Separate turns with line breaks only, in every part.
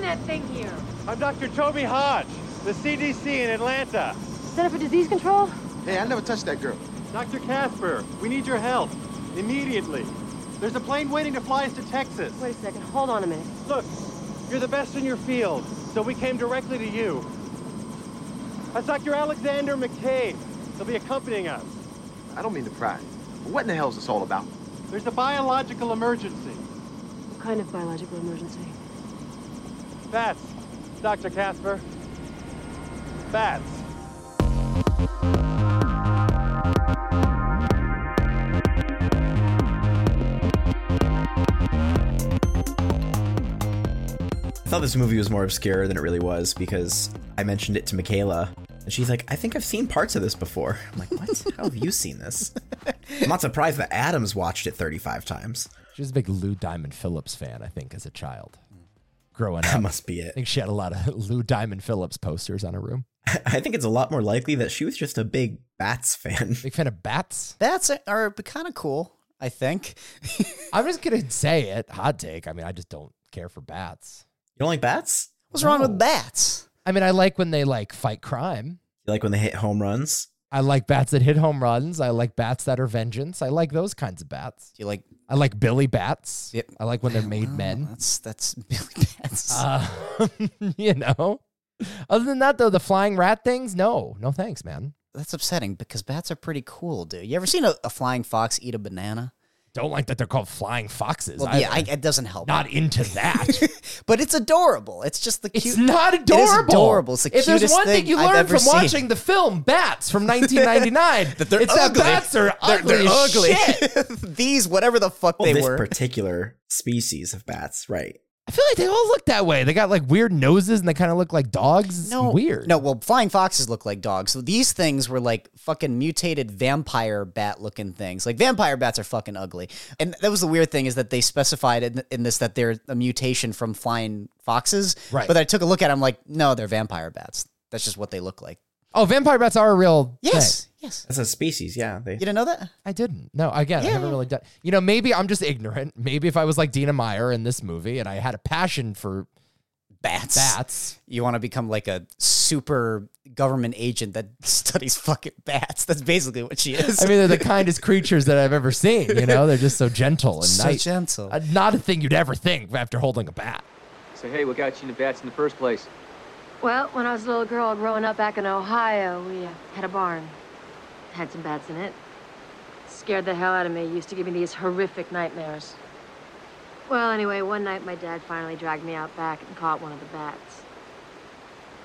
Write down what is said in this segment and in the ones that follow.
that thing here?
I'm Dr. Toby Hodge, the CDC in Atlanta.
Center for Disease Control?
Hey, I never touched that girl.
Dr. Casper, we need your help. Immediately. There's a plane waiting to fly us to Texas.
Wait a second. Hold on a minute.
Look, you're the best in your field, so we came directly to you. That's Dr. Alexander McCabe. He'll be accompanying us.
I don't mean to pry, but what in the hell is this all about?
There's a biological emergency.
What kind of biological emergency?
Bats, Dr. Casper. Bats.
I thought this movie was more obscure than it really was because I mentioned it to Michaela. And she's like, I think I've seen parts of this before. I'm like, what? How have you seen this? I'm not surprised that Adam's watched it 35 times.
She was a big Lou Diamond Phillips fan, I think, as a child. Growing
That
up, I
must be it.
think she had a lot of Lou Diamond Phillips posters on her room.
I think it's a lot more likely that she was just a big Bats fan.
Big fan of bats.
That's are kind of cool. I think.
I'm just gonna say it. Hot take. I mean, I just don't care for bats.
You don't like Bats?
What's wrong
No.
with bats?
I mean, I like when they like fight crime.
You like when they hit home runs?
I like bats that hit home runs. I like bats that are vengeance. I like those kinds of bats.
Do you like?
I like Billy bats.
Yep.
I like when they're made
Oh,
men.
That's that's Billy Bats.
Uh, you know. Other than that, though, the flying rat things, no, no thanks, man.
that's upsetting because bats are pretty cool, dude. You ever seen a, a flying fox eat a banana?
Don't like that they're called flying foxes.
Well,
I-
yeah, I, it doesn't help.
not into that.
but it's adorable. It's just the cute.
It's not
It is
adorable.
adorable. It's the
if there's
cutest
one thing,
thing
you
I've
learn
ever
from
seen.
watching the film Bats from 1999,
That they're
it's
ugly.
that bats are
They're,
ugly.
they're
as
ugly.
shit.
These, whatever the fuck
Well,
they
this
were.
particular species of bats, right?
I feel like they all look that way. They got like weird noses and they kind of look like dogs. It's
no,
weird.
No, well, flying foxes look like dogs. So these things were like fucking mutated vampire bat looking things. Like vampire bats are fucking ugly. And that was the weird thing is that they specified in, in this that they're a mutation from flying foxes.
Right.
But I took a look at. it, I'm like, no, they're vampire bats. That's just what they look like.
Oh, vampire bats are a real.
Yes,
thing.
yes.
That's a species, yeah. They
You didn't know that?
I didn't. No, again, I haven't really done. You know, maybe I'm just ignorant. Maybe if I was like Dina Meyer in this movie and I had a passion for
Bats.
bats,
You want to become like a super government agent that studies fucking bats. That's basically what she is.
I mean, they're the kindest creatures that I've ever seen. You know, they're just so gentle and
so
nice.
gentle.
Uh, not a thing you'd ever think after holding a bat.
So hey, what got you into bats in the first place?
Well, when I was a little girl growing up back in Ohio, we uh, had a barn. Had some bats in it. Scared the hell out of me. Used to give me these horrific nightmares. Well, anyway, one night my dad finally dragged me out back and caught one of the bats.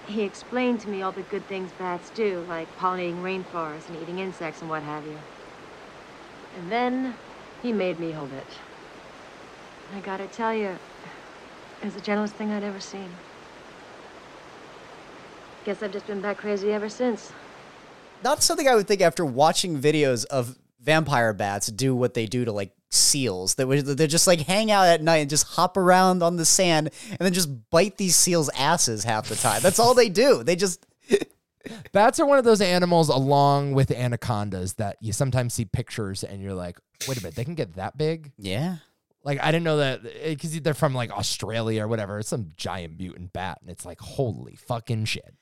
He explained to me all the good things bats do, like pollinating rainforests and eating insects and what have you. And then he made me hold it. I gotta tell you, it was the gentlest thing I'd ever seen. Guess I've just been bat crazy ever since.
not something I would think after watching videos of vampire bats do what they do to like seals. That would- they just like hang out at night and just hop around on the sand and then just bite these seals' asses half the time. That's all they do. They just
Bats are one of those animals, along with anacondas, that you sometimes see pictures and you're like, wait a minute, they can get that big?
yeah.
Like, I didn't know that because they're from like Australia or whatever. It's some giant mutant bat. And it's like, holy fucking shit.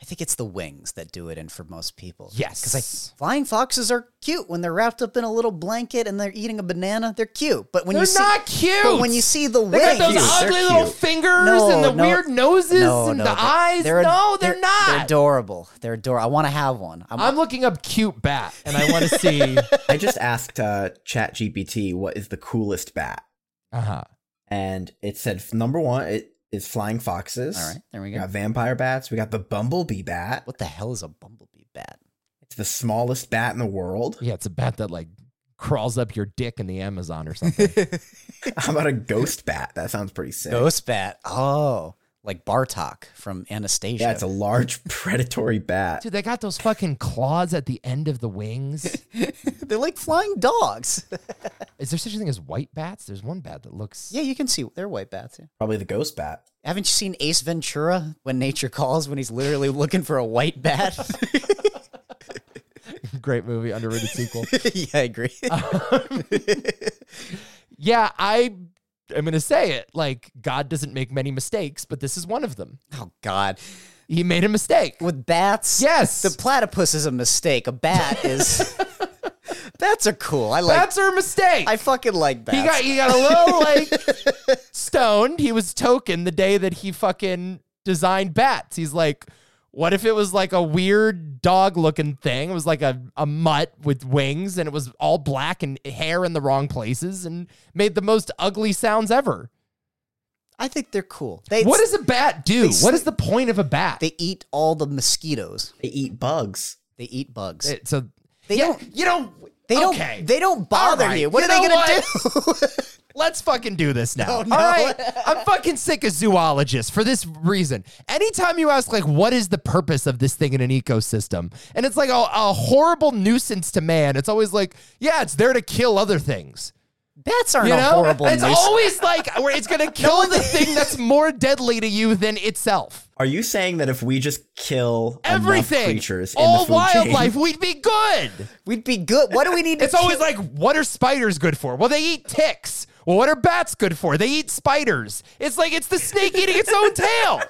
I think it's the wings that do it in for most people.
Yes.
Because like flying foxes are cute when they're wrapped up in a little blanket and they're eating a banana. They're cute. But when
They're
you see
not cute.
But when you see the
They got
wings
those
They're
ugly
cute.
little fingers and the weird noses
no,
and
no,
the
they're-
eyes.
they're-
no, they're, not.
They're adorable. They're adorable. I want to have one. I'm,
I'm looking up cute bat and I want to see.
I just asked uh, ChatGPT what is the coolest bat,
Uh huh.
and it said f- number one it is flying foxes.
all right. There we
we
go.
got vampire bats. We got the bumblebee bat.
What the hell is a bumblebee bat?
It's the smallest bat in the world.
Yeah, it's a bat that like crawls up your dick in the Amazon or something.
How about a ghost bat? That sounds pretty sick.
Ghost bat. Oh, like Bartok from Anastasia.
Yeah, it's a large predatory bat.
Dude, they got those fucking claws at the end of the wings.
They're like flying dogs.
Is there such a thing as white bats? There's one bat that looks.
yeah, you can see they're white bats. Yeah.
Probably the ghost bat.
Haven't you seen Ace Ventura when nature calls when he's literally looking for a white bat?
Great movie, Uh, underrated sequel.
yeah, I agree.
yeah, I I'm going to say it. Like, God doesn't make many mistakes, but this is one of them.
Oh God,
He made a mistake.
with bats.
Yes.
the platypus is a mistake. A bat is. bats are cool. I like.
That's her mistake.
I fucking like bats.
he got he got a little like stoned. He was token the day that he fucking designed bats. He's like, what if it was like a weird dog looking thing? It was like a, a mutt with wings and it was all black and hair in the wrong places and made the most ugly sounds ever.
I think they're cool. They
what does a bat do?
they
What is
sli-
the point of a bat?
they eat all the mosquitoes.
They eat bugs.
They eat bugs.
It's a
They
yeah,
don't-
you don't
they don't.
okay.
They don't bother
All right.
you. What
You
are they
know
gonna do?
Let's fucking do this now.
No, no.
All right. I'm fucking sick of zoologists for this reason. Anytime you ask, like, what is the purpose of this thing in an ecosystem? And it's like a, a horrible nuisance to man. It's always like, yeah, it's there to kill other things.
Bats aren't
You
a
know?
horrible
it's
nuisance.
always like, where it's going to kill the thing that's more deadly to you than itself.
Are you saying that if we just kill enough
Everything.
creatures in the
all
food
wildlife,
chain,
we'd be good.
We'd be good. What do we need?
It's
to
always
kill-
like, what are spiders good for? Well, they eat ticks. Well, what are bats good for? They eat spiders. It's like it's the snake eating its own tail.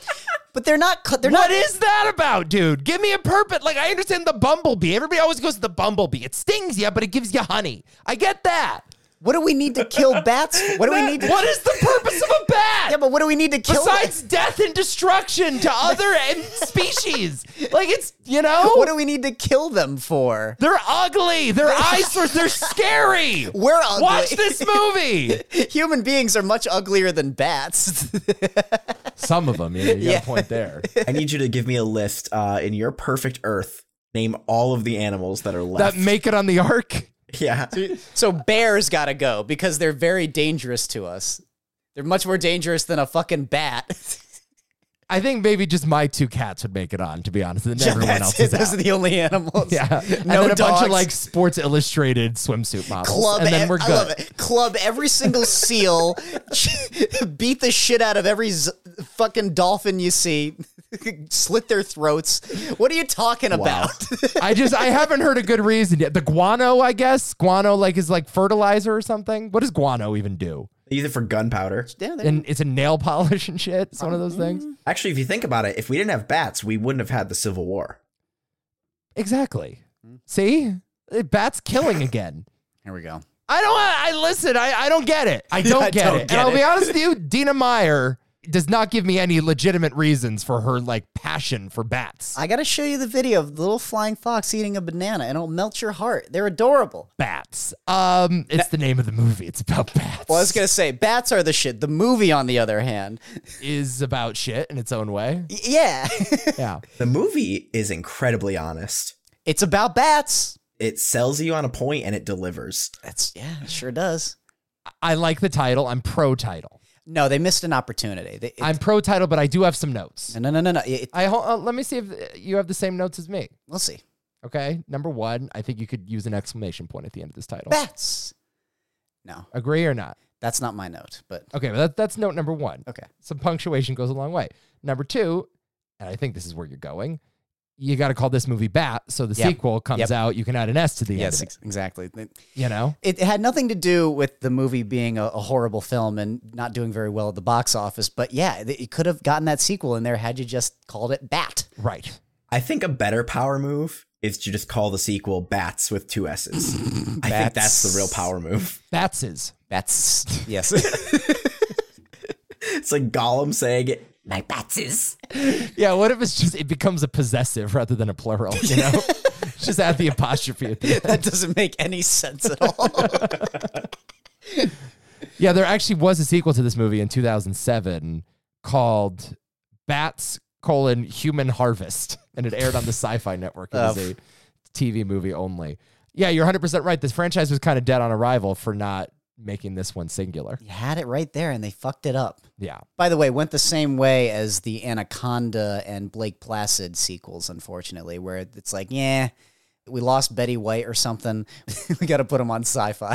but they're not. cu- They're
What
not.
is that about, dude? Give me a purpose. Like, I understand the bumblebee. Everybody always goes to the bumblebee. It stings you, but it gives you honey. I get that.
What do we need to kill bats? for? What do we need? To,
What is the purpose of a bat?
Yeah, but what do we need to kill?
Besides death and destruction to other and species. Like, it's, you know?
what do we need to kill them for?
they're ugly. They're eyesores. They're scary.
We're ugly.
Watch this movie.
Human beings are much uglier than bats.
Some of them, yeah. You got
Yeah.
a point there.
I need you to give me a list uh, in your perfect Earth. Name all of the animals that are
that
left.
make it on the ark.
yeah.
so bears gotta go because they're very dangerous to us. They're much more dangerous than a fucking bat.
I think maybe just my two cats would make it on, to be honest. And then
Yeah,
everyone
that's
else
it.
is
Those
out.
are the only animals.
Yeah.
no
and then a bunch of
dogs.
like Sports Illustrated swimsuit models.
club.
and then
ev-
we're
I love
good.
it. Club every single seal. beat the shit out of every z- fucking dolphin you see. Slit their throats. What are you talking about?
I just I haven't heard a good reason yet. The guano, I guess. Guano like is like fertilizer or something. What does guano even do?
They use it for gunpowder.
yeah, there-
And it's a nail polish and shit. It's one of those things.
Mm-hmm.
Actually, if you think about it, if we didn't have bats, we wouldn't have had the Civil War.
Exactly. See? Eh, Bats killing again.
here we go.
I don't I listen, I, I don't get it. I don't
I
get
don't
it.
get
and I'll
it.
be honest with you, Dina Meyer does not give me any legitimate reasons for her like passion for bats.
I gotta show you the video of the little flying fox eating a banana, and it'll melt your heart. They're adorable.
bats. Um it's the name of the movie. It's about bats.
Well, I was gonna say bats are the shit. The movie, on the other hand,
is about shit in its own way.
y- yeah,
Yeah.
The movie is incredibly honest.
it's about bats.
It sells you on a point and it delivers.
That's yeah, it sure does.
I like the title. I'm pro title.
No, they missed an opportunity. They, it-
I'm pro title, but I do have some notes.
no, no, no, no. It,
I ho- uh, let me see if uh, you have the same notes as me.
we'll see.
Okay. Number one, I think you could use an exclamation point at the end of this title.
Bats. No,
Agree or not?
that's not my note, but
Okay, but that, that's note number one.
okay.
Some punctuation goes a long way. Number two, and I think this is where you're going. You got to call this movie Bat, so the
Yep.
sequel comes
Yep.
out. You can add an S to the
Yes,
end.
ex- exactly. It,
Of it, you know,
it had nothing to do with the movie being a, a horrible film and not doing very well at the box office, but yeah, th- you could have gotten that sequel in there had you just called it Bat.
right?
I think a better power move is to just call the sequel Bats with two S's. I think that's the real power move.
Batses.
Bats. Yes.
It's like Gollum saying, My Batses.
Yeah. What if it's just it becomes a possessive rather than a plural? You know, just add the apostrophe at the end.
that doesn't make any sense at all.
Yeah, there actually was a sequel to this movie in 2007 called Bats colon Human Harvest, and it aired on the Sci-Fi Network. It was
Oh.
a TV movie only. Yeah, you're 100 percent right. This franchise was kind of dead on arrival for not making this one singular.
you had it right there and they fucked it up.
Yeah,
By the way, went the same way as the Anaconda and Blake Placid sequels, unfortunately, where it's like, yeah, we lost Betty White or something. we got to put him on sci-fi.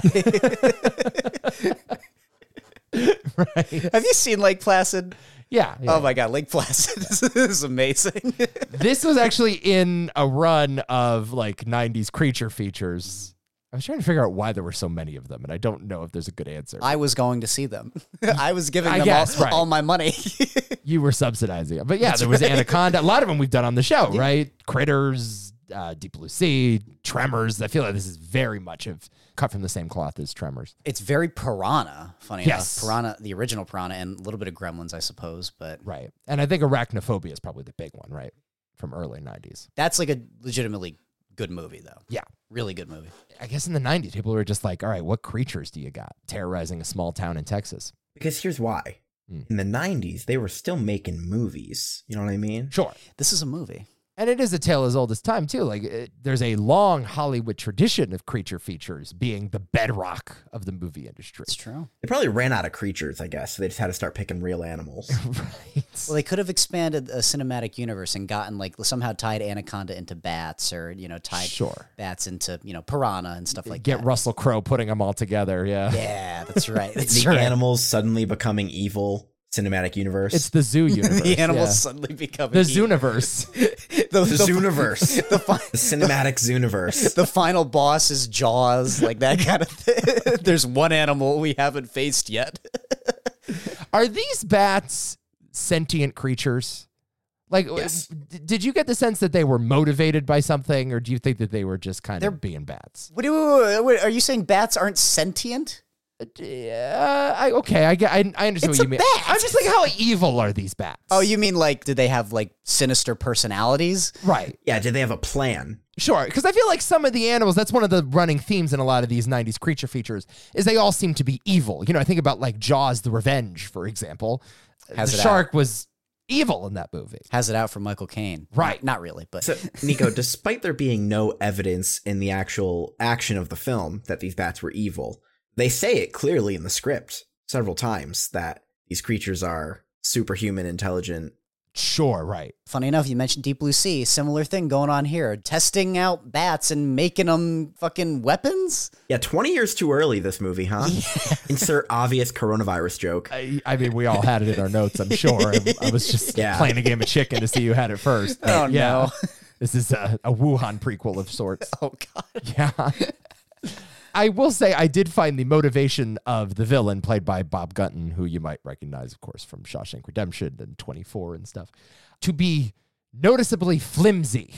Have you seen Lake Placid?
yeah. yeah.
Oh my God, Lake Placid is, is amazing.
this was actually in a run of like 90s creature features. I was trying to figure out why there were so many of them, and I don't know if there's a good answer.
I was going to see them. I was giving
I
them
guess,
all,
right.
all my money.
you were subsidizing it, but yeah, there was Anaconda. A lot of them we've done on the show, right? Critters, uh, Deep Blue Sea, Tremors. I feel like this is very much of cut from the same cloth as Tremors.
it's very Piranha, funny
Yes.
enough. Piranha, the original Piranha, and a little bit of Gremlins, I suppose. But
Right. And I think Arachnophobia is probably the big one, right? From early 90s.
that's like a legitimately good movie, though.
Yeah.
Really good movie.
I guess in the 90s, people were just like, all right, what creatures do you got terrorizing a small town in Texas?
Because here's why.
Hmm.
In the 90s, they were still making movies. You know what I mean?
Sure.
This is a movie.
And it is a tale as old as time, too. Like, it, there's a long Hollywood tradition of creature features being the bedrock of the movie industry.
It's true.
They probably ran out of creatures, I guess. So they just had to start picking real animals.
right.
Well, they could have expanded a cinematic universe and gotten like somehow tied Anaconda into bats, or you know, tied
Sure.
bats into you know Piranha and stuff like
Get
that.
Russell Crowe putting them all together. Yeah.
Yeah, that's right. That's
the
right.
animals suddenly becoming evil cinematic universe.
It's the zoo universe.
the animals
yeah.
suddenly become
The Zooniverse.
the
The, the-
Zooniverse.
The, fi-
the cinematic Zooniverse.
the final boss is Jaws, like that kind of thing. There's one animal we haven't faced yet.
Are these bats sentient creatures? Like, w-
Yes.
d- did you get the sense that they were motivated by something, or do you think that they were just kind
They're-
of being bats?
Wait, wait, wait, wait, wait, are you saying bats aren't sentient?
Uh, I, okay, I, get- I, I understand what
It's a
you mean.
bat.
I'm just like, how evil are these bats?
Oh, you mean like, did they have like sinister personalities?
right,
Yeah, did they have a plan?
sure. Because I feel like some of the animals. That's one of the running themes in a lot of these '90s creature features. Is they all seem to be evil. You know, I think about like Jaws: The Revenge, for example.
Has
the
it out.
shark was evil in that movie.
Has it out for Michael Caine.
Right.
Not really, but
So, Nico, despite there being no evidence in the actual action of the film that these bats were evil, they say it clearly in the script several times that these creatures are superhuman, intelligent.
Sure, right.
funny enough, you mentioned Deep Blue Sea. Similar thing going on here. Testing out bats and making them fucking weapons?
Yeah, 20 years too early, this movie, huh? Insert obvious coronavirus joke.
I, I mean, we all had it in our notes, I'm sure. I, I was just
Yeah.
playing a game of chicken to see who had it first.
Oh,
But
no.
This is a, a Wuhan prequel of sorts.
Oh, God.
Yeah. I will say I did find the motivation of the villain played by Bob Gunton, who you might recognize, of course, from Shawshank Redemption and 24 and stuff, to be noticeably flimsy.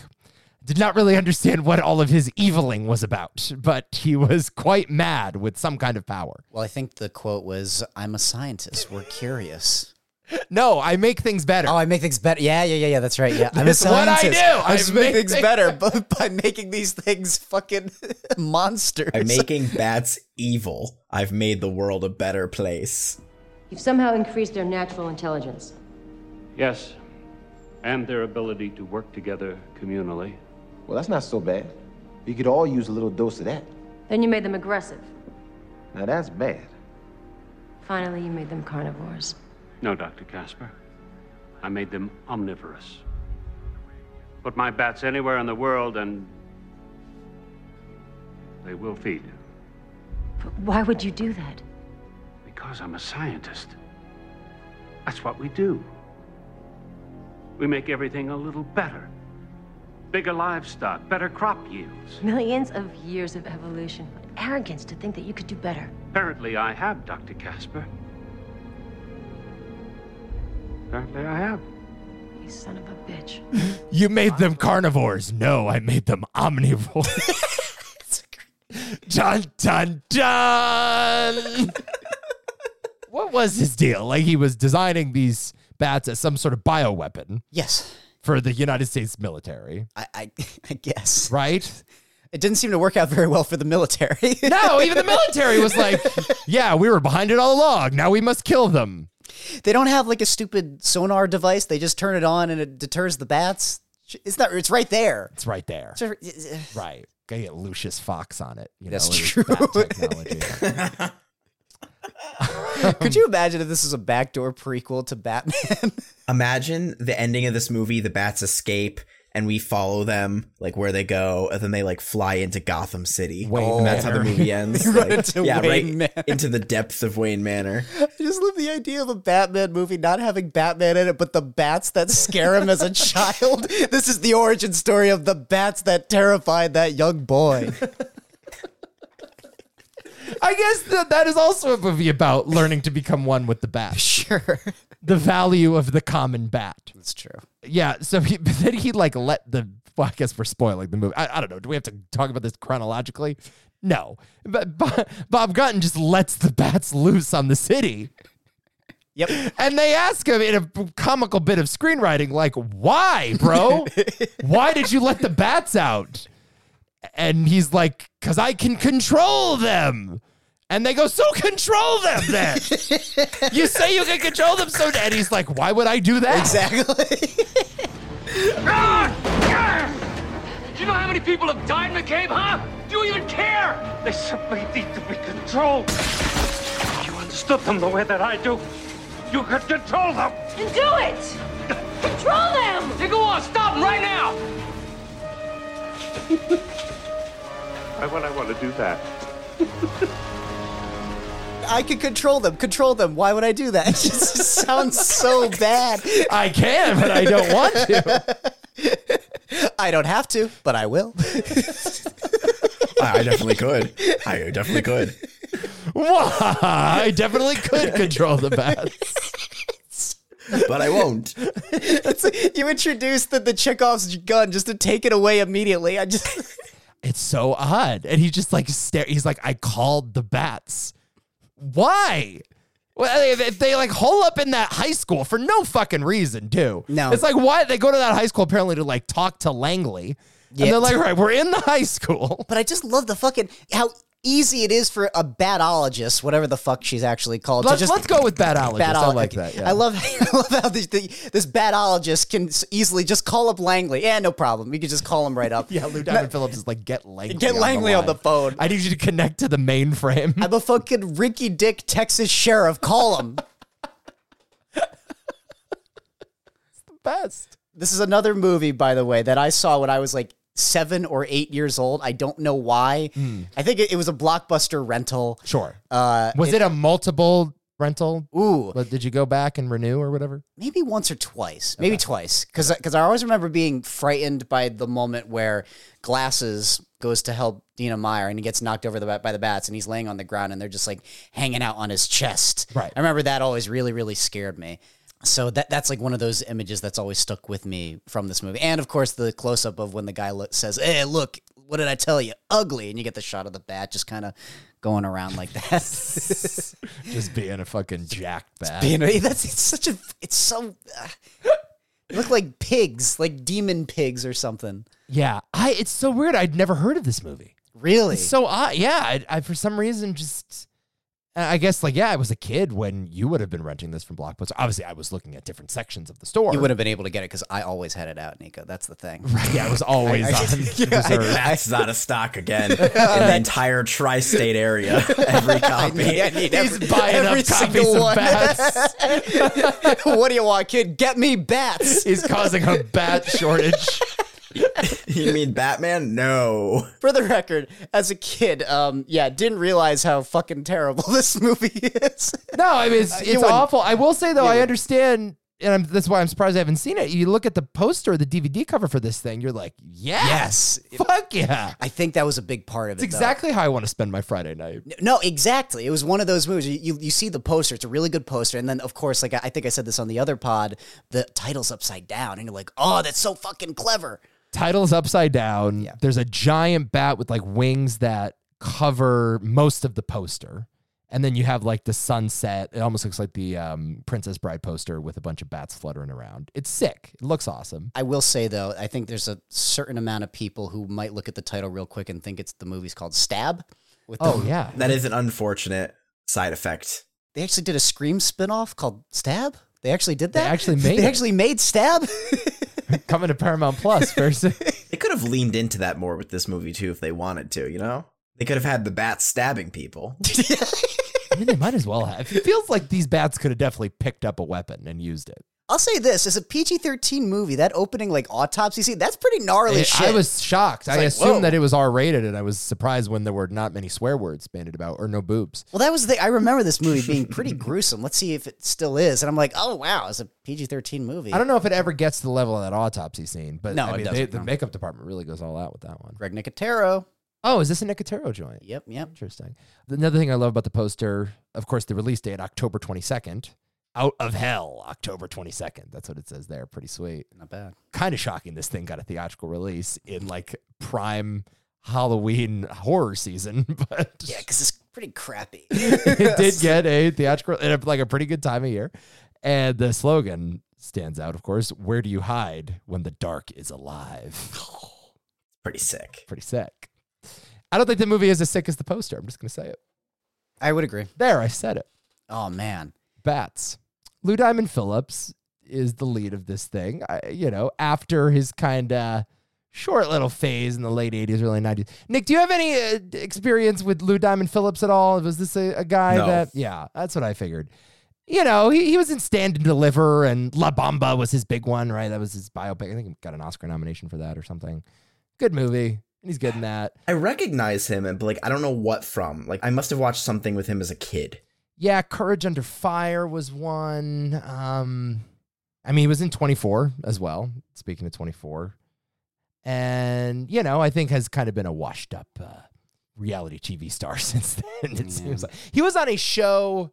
Did not really understand what all of his eviling was about, but he was quite mad with some kind of power.
Well, I think the quote was I'm a scientist. We're curious.
No, I make things better.
Oh, I make things better. Yeah, yeah, yeah, yeah. That's right. Yeah, I'm a
That's what I
scientist.
do. I
I just make
make
things
things-
better bu- by making these things fucking monsters.
By making bats evil, I've made the world a better place.
You've somehow increased their natural intelligence.
Yes, and their ability to work together communally.
Well, that's not so bad. You could all use a little dose of that.
Then you made them aggressive.
Now that's bad.
Finally, you made them carnivores.
No, Dr. Casper. I made them omnivorous. Put my bats anywhere in the world and they will feed
But why would you do that?
because I'm a scientist. That's what we do. We make everything a little better. Bigger livestock, better crop yields.
Millions of years of evolution. What arrogance to think that you could do better.
Apparently, I have, Dr. Casper. Apparently, I have.
You son of a bitch.
You made them carnivores. No, I made them omnivores. dun dun dun. what was his deal? Like he was designing these bats as some sort of bioweapon
yes,
for the United States military,
I, I, I guess
right?
it didn't seem to work out very well for the military.
No, even the military was like, yeah, we were behind it all along. Now we must kill them.
they don't have like a stupid sonar device. They just turn it on and it deters the bats. Sh- It's not. It's right there.
It's right there.
It's right-
Right. Gotta get Lucius Fox on it. You
That's
know, with
true.
his bat technology.
Could you imagine if this is a backdoor prequel to Batman?
imagine the ending of this movie the bats escape and we follow them like where they go and then they like fly into gotham city
Wayne
and that's how the
Manor.
movie ends
run
Like,
into
yeah
Wayne
right
Manor.
into the depths of wayne manor
I just love the idea of a Batman movie not having Batman in it, but the bats that scare him as a child. This is the origin story of the bats that terrified that young boy.
I guess that that is also a movie about learning to become one with the bat.
Sure.
The value of the common bat.
That's true.
Yeah. So he, but then he like let the. Well, I guess we're spoiling the movie. I, I don't know. Do we have to talk about this chronologically? No. But, but Bob Gunton just lets the bats loose on the city.
Yep.
And they ask him in a comical bit of screenwriting, like, why, bro? why did you let the bats out? And he's like, because I can control them. And they go, so control them then. you say you can control them, so. And he's like, why would I do that?
Exactly.
Do you know how many people have died in the cave, huh? Do you even care?
They simply need to be controlled. You understood them the way that I do. You could control them.
Then do it! Control them!
Then go on, stop 'em right now!
Why would I want to do that?
I could control them. Control them. Why would I do that? It just sounds so bad.
I can, but I don't want to.
I don't have to, but I will.
I I definitely could. I definitely could.
Why? I definitely could control the bats.
But I won't.
It's like you introduced the, the Chekhov's gun just to take it away immediately. I just
It's so odd. And he just like stare. He's like, I called the bats. Why? Well, if- if they like hole up in that high school for no fucking reason, too.
No.
it's like why they go to that high school apparently to like talk to Langley,
Yeah.
and they're like, right, we're in the high school.
But I just love the fucking how easy it is for a batologist, whatever the fuck she's actually called,
Let's,
to just
let's go with bad allergies.
Batolo-
I like that. Yeah.
I love, I love how this, the, this batologist can s- easily just call up Langley. Yeah, no problem. You can just call him right up.
Yeah, Lou Diamond Phillips is like, get Langley.
Get Langley on the
line.
phone.
I need you to connect to the mainframe.
I'm a fucking Ricky Dick Texas sheriff. Call him.
best.
This is another movie, by the way, that I saw when I was like seven or eight years old. I don't know why.
Hmm.
I think it, it was a blockbuster rental.
Sure.
Uh,
was it, a multiple rental?
ooh,
But did you go back and renew or whatever?
maybe once or twice, maybe twice, because I always remember being frightened by the moment where glasses goes to help Dina Meyer and he gets knocked over the bat by the bats and he's laying on the ground and they're just like hanging out on his chest.
Right.
I remember that always really really scared me. So that that's like one of those images that's always stuck with me from this movie, and of course the close up of when the guy lo- says, "Hey, look, what did I tell you? Ugly," and you get the shot of the bat just kind of going around like that.
Just being a fucking jacked bat.
being a- that's it's such a it's so uh, look like pigs like demon pigs or something
yeah. I it's so weird. I'd never heard of this movie.
really
It's so odd. Yeah. I, I for some reason just I I guess like yeah, I was a kid when you would have been renting this from Blockbuster. Obviously, I was looking at different sections of the store.
you would have been able to get it because i always had it out nico that's the thing
Yeah, it was always on
Yeah, I-
reserve.
That's not a stock again in the entire tri-state area. Every copy.
He's buying
every
up copies
single
of
one.
bats.
what do you want kid get me bats
He's causing a bat shortage.
You mean Batman? No.
for the record as a kid um yeah didn't realize how fucking terrible this movie is
No, I mean it's, it's
wouldn't.
awful. I will say though, I understand, and I'm, that's why I'm surprised I haven't seen it. You look at the poster, or the DVD cover for this thing, you're like, yes, fuck yeah,
i think that was a big part of
it's
it though.
exactly how I want to spend my Friday night.
No, exactly. It was one of those movies. You, you you see the poster; it's a really good poster, and then of course, like I, I think I said this on the other pod, the title's upside down, and you're like, "Oh, that's so fucking clever."
Title's upside down. There's a giant bat with like wings that cover most of the poster. And then you have like the sunset. It almost looks like the um, Princess Bride poster with a bunch of bats fluttering around. It's sick. It looks awesome.
I will say though, I think there's a certain amount of people who might look at the title real quick and think it's the movie's called Stab. With the-
Oh, yeah.
That is an unfortunate side effect.
they actually did a Scream spinoff called Stab. They actually did that.
actually made
They
it.
actually made Stab.
Coming to Paramount Plus versus.
They could have leaned into that more with this movie too if they wanted to, you know? They could have had the bat stabbing people.
I mean, they might as well have. It feels like these bats could have definitely picked up a weapon and used it.
I'll say this: as a PG-13 movie, that opening like autopsy scene, that's pretty gnarly
I-
shit.
I was shocked. I
like,
assumed
whoa.
that it was R rated, and I was surprised when there were not many swear words banded about or no boobs.
Well, that was the. I remember this movie being pretty gruesome. Let's see if it still is. And I'm like, oh wow, it's a PG-13 movie.
I don't know if it ever gets to the level of that autopsy scene, but
No,
I
it
mean, they,
doesn't,
the
no.
makeup department really goes all out with that one.
Greg Nicotero.
Oh, is this a Nicotero joint?
Yep, yep.
Interesting. Another thing I love about the poster, of course, the release date, October 22nd. Out of hell, October 22nd. That's what it says there. Pretty sweet.
Not bad.
Kind of shocking this thing got a theatrical release in like prime Halloween horror season, but
Yeah, because it's pretty crappy.
it did get a theatrical and a- like a pretty good time of year. And the slogan stands out, of course. Where do you hide when the dark is alive?
Pretty sick.
Pretty sick. I don't think the movie is as sick as the poster. I'm just gonna say it.
I would agree.
There, I said it.
Oh man.
Bats. Lou Diamond Phillips is the lead of this thing. I, you know, after his kind of short little phase in the late 80s, early 90s. Nick, do you have any uh, d- experience with Lou Diamond Phillips at all? Was this a, a guy
No.
that, yeah, that's what I figured. You know, he, he was in Stand and Deliver, and La Bamba was his big one, right? That was his biopic. I think he got an Oscar nomination for that or something. Good movie, and he's good in that.
I recognize him, and but like I don't know what from. Like I must have watched something with him as a kid.
Yeah, Courage Under Fire was one. Um, I mean, he was in 24 as well. Speaking of 24, and you know, I think has kind of been a washed up uh, reality TV star since then. It seems like he was on a show.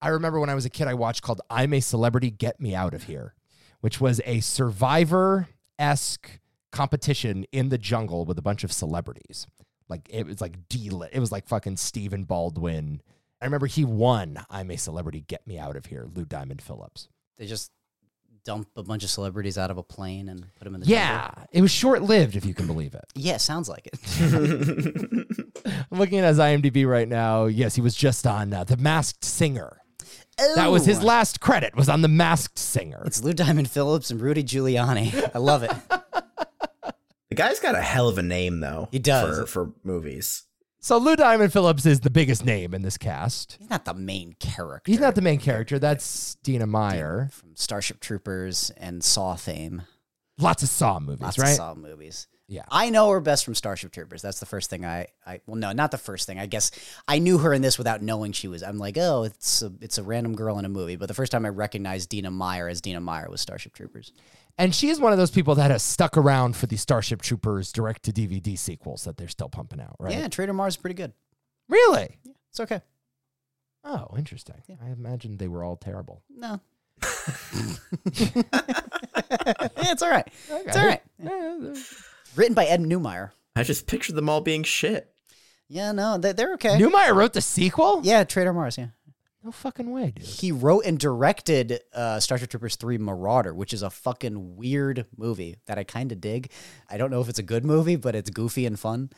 I remember when I was a kid, I watched called "I'm a Celebrity, Get Me Out of Here," which was a Survivor esque competition in the jungle with a bunch of celebrities. Like it was like D lit. It was like fucking Stephen Baldwin. I remember he won I'm a Celebrity, Get Me Out of Here, Lou Diamond Phillips.
They just dump a bunch of celebrities out of a plane and put them in the
Yeah. It was short lived, if you can believe it.
jungle? Yeah, sounds like it.
I'm looking at his IMDb right now. Yes, he was just on uh, The Masked Singer. That was his
Ooh.
last credit, was on The Masked Singer.
Oh. It's Lou Diamond Phillips and Rudy Giuliani. I love it.
The guy's got a hell of a name though.
He does.
for, for movies.
So Lou Diamond Phillips is the biggest name in this cast.
He's not the main character.
He's not the main character. That's Dina Meyer.
from Starship Troopers and Saw fame.
Lots of Saw movies,
Lots
right?
of Saw movies.
Yeah.
I know her best from Starship Troopers. That's the first thing I, I well, no, not the first thing. I guess I knew her in this without knowing she was. I'm like, oh, it's a, it's a random girl in a movie. But the first time I recognized Dina Meyer as Dina Meyer was Starship Troopers.
And she is one of those people that has stuck around for the Starship Troopers direct to DVD sequels that they're still pumping out, right?
Yeah, Trader Mars is pretty good.
Really?
It's okay.
Oh, interesting. I imagined they were all terrible.
No. yeah, it's all right. It's all right.
Eh,
Written by Ed Newmeyer.
I just pictured them all being shit.
Yeah, no, they- they're okay.
Newmeyer wrote the sequel?
yeah, Trader Mars. Yeah.
No fucking way, dude.
He wrote and directed uh, Starship Troopers 3 Marauder, which is a fucking weird movie that I kind of dig. I don't know if it's a good movie, but it's goofy and fun.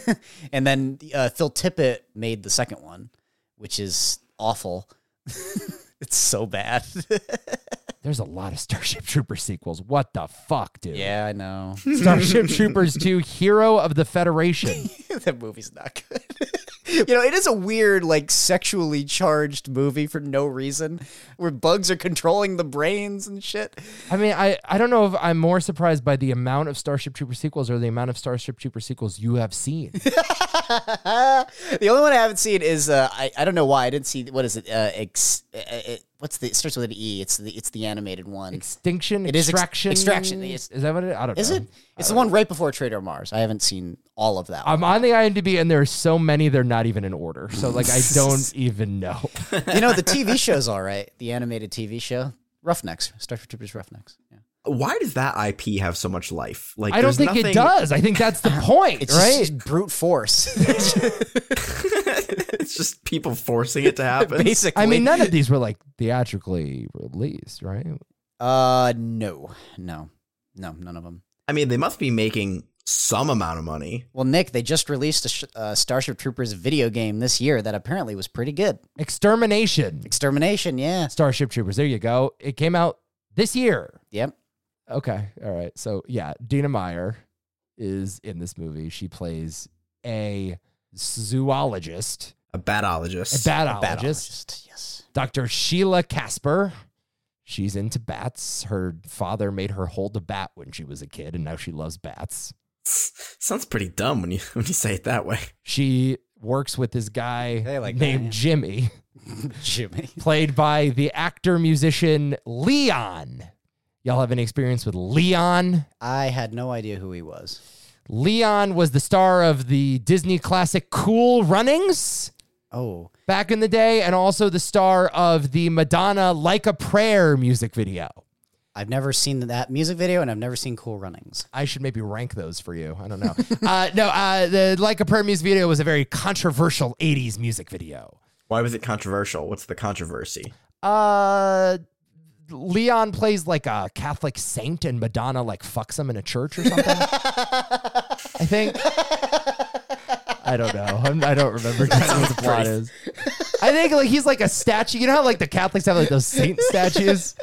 and then uh, Phil Tippett made the second one, which is awful. it's so bad.
There's a lot of Starship Troopers sequels. What the fuck, dude?
yeah, I know.
Starship Troopers 2, Hero of the Federation.
that movie's not good. you know, it is a weird, like, sexually charged movie for no reason, where bugs are controlling the brains and shit.
I mean, I, I don't know if I'm more surprised by the amount of Starship Trooper sequels or the amount of Starship Trooper sequels you have seen.
the only one I haven't seen is uh, I I don't know why I didn't see what is it uh, ex, uh, uh, what's the it starts with an E it's the it's the animated one
Extinction,
It is ex-
Extraction.
Extraction, yes.
Is that what it I don't
is
know.
it it's the one right before Trader Mars I haven't seen all of that
I'm on the IMDb and there are so many, they're not even in order. So, like, I don't even know.
one. you know the TV show's all right the animated TV show Roughnecks Star Trek Troopers Roughnecks yeah
Why does that IP have so much life? Like
I don't
there's
think
nothing,
it does. I think that's the point,
it's
right?
just brute force
it's just people forcing it to happen.
basically
I mean, none of these were like theatrically released, right?
uh no no no none of them
I mean, they must be making some amount of money.
well Nick they just released a sh- uh, Starship Troopers video game this year that apparently was pretty good
Extermination,
Extermination yeah
Starship Troopers. There you go. It came out this year.
yep
Okay. All right. So, yeah, Dina Meyer is in this movie. She plays a zoologist,
A
a
batologist.
batologist,
Biologist, yes
Dr. Sheila Casper. She's into bats. Her father made her hold a bat when she was a kid, and now she loves bats.
Sounds pretty dumb when you when you say it that way.
She works with this guy
They like that,
named
yeah.
Jimmy.
Jimmy.
played by the actor musician Leon. Y'all have any experience with Leon?
I had no idea who he was.
Leon was the star of the Disney classic Cool Runnings
Oh,
back in the day, and also the star of the Madonna Like a Prayer music video.
I've never seen that music video, and I've never seen Cool Runnings.
I should maybe rank those for you. I don't know. uh, no, uh, the Like a Prayer music video was a very controversial 80s music video.
Why was it controversial? What's the controversy?
Uh, Leon plays like a Catholic saint, and Madonna like fucks him in a church or something. I think. I don't know. I'm, I don't remember exactly what the plot is. I think like he's like a statue. You know how like the Catholics have like those saint statues.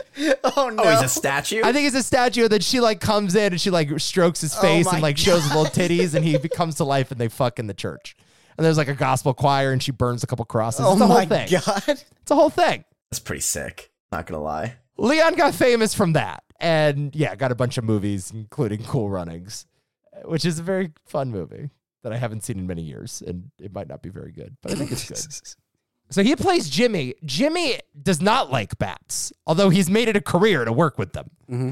Oh no!
Oh, he's a statue.
I think it's a statue, and then she like comes in and she like strokes his face
Oh my
and like shows his little titties, and he comes to life, and they fuck in the church. And there's like a gospel choir, and she burns a couple crosses.
oh
it's a
my
whole thing.
god!
It's a whole thing.
That's pretty sick. Not gonna lie.
Leon got famous from that. And yeah, got a bunch of movies, including Cool Runnings, which is a very fun movie that I haven't seen in many years. And it might not be very good, but I think it's good. so he plays Jimmy. Jimmy does not like bats, although he's made it a career to work with them.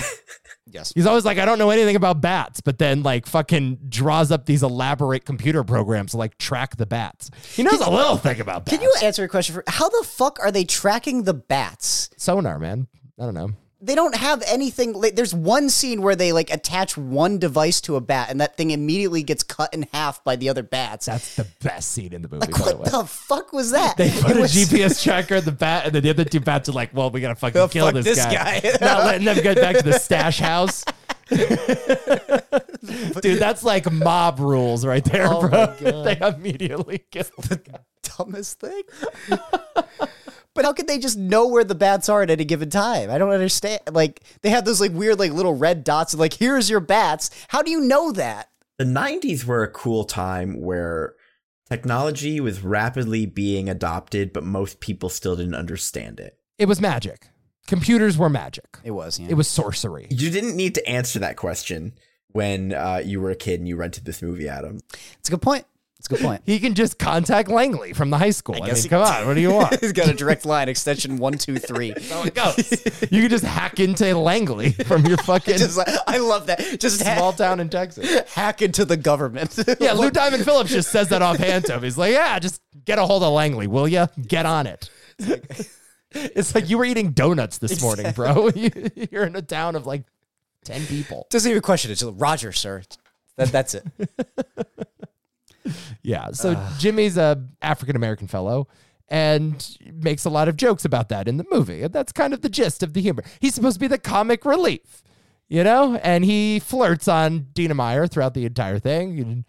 Yes.
He's always like, I don't know anything about bats, but then like fucking draws up these elaborate computer programs to like track the bats. He knows a little thing about bats.
Can you answer a question for how the fuck are they tracking the bats?
Sonar, man. I don't know.
They don't have anything. Like, there's one scene where they like attach one device to a bat, and that thing immediately gets cut in half by the other bats.
That's the best scene in the movie.
like,
by the
what
way.
the fuck was that?
They put
It
a
was-
GPS tracker in the bat, and then the other two bats are like, "Well, we gotta fucking
Oh,
kill
fuck
this,
this
guy."
guy.
Not letting them get back to the stash house. Dude, that's like mob rules right there,
Oh
bro.
my God.
they immediately kill. the guy.
dumbest thing. but how could they just know where the bats are at any given time? I don't understand. Like they have those like weird like little red dots and like here's your bats. How do you know that?
the 90s were a cool time where technology was rapidly being adopted but most people still didn't understand it
It was magic. Computers were magic.
It was. Yeah.
It was sorcery.
you didn't need to answer that question when uh, you were a kid and you rented this movie adam
It's a good point. It's a good point.
He can just contact Langley from the high school. I,
guess
mean,
he-
come on, what do you want?
He's got a direct line extension one two three.
It goes. You can just hack into Langley from your fucking
Just like- I love that. Just ha-
small town in Texas.
hack into the government.
Yeah, Lou Diamond Phillips just says that offhand to him. He's like, yeah, just get a hold of Langley, will you? Get on it. it's like you were eating donuts this morning, bro. You- You're in a town of like 10 people.
doesn't even question it. Just Roger, sir. That, that's it.
Yeah. So Jimmy's a African American fellow and makes a lot of jokes about that in the movie. And that's kind of the gist of the humor. He's supposed to be the comic relief, you know? And he flirts on Dina Meyer throughout the entire thing. And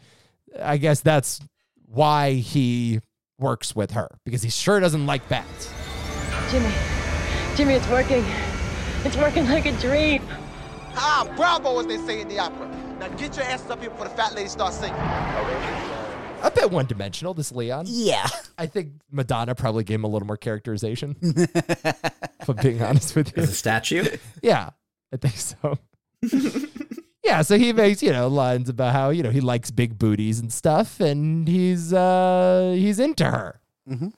I guess that's why he works with her because he sure doesn't like bats.
Jimmy, Jimmy, it's working. It's working like a dream.
Ah, bravo, as they say in the opera. Now get your asses up here before the fat lady starts singing.
A bit one dimensional, this Leon.
Yeah.
I think Madonna probably gave him a little more characterization. if I'm being honest with you.
as a statue
Yeah, I think so. yeah, so he makes, you know, lines about how, you know, he likes big booties and stuff, and he's uh he's into her.
Mhm.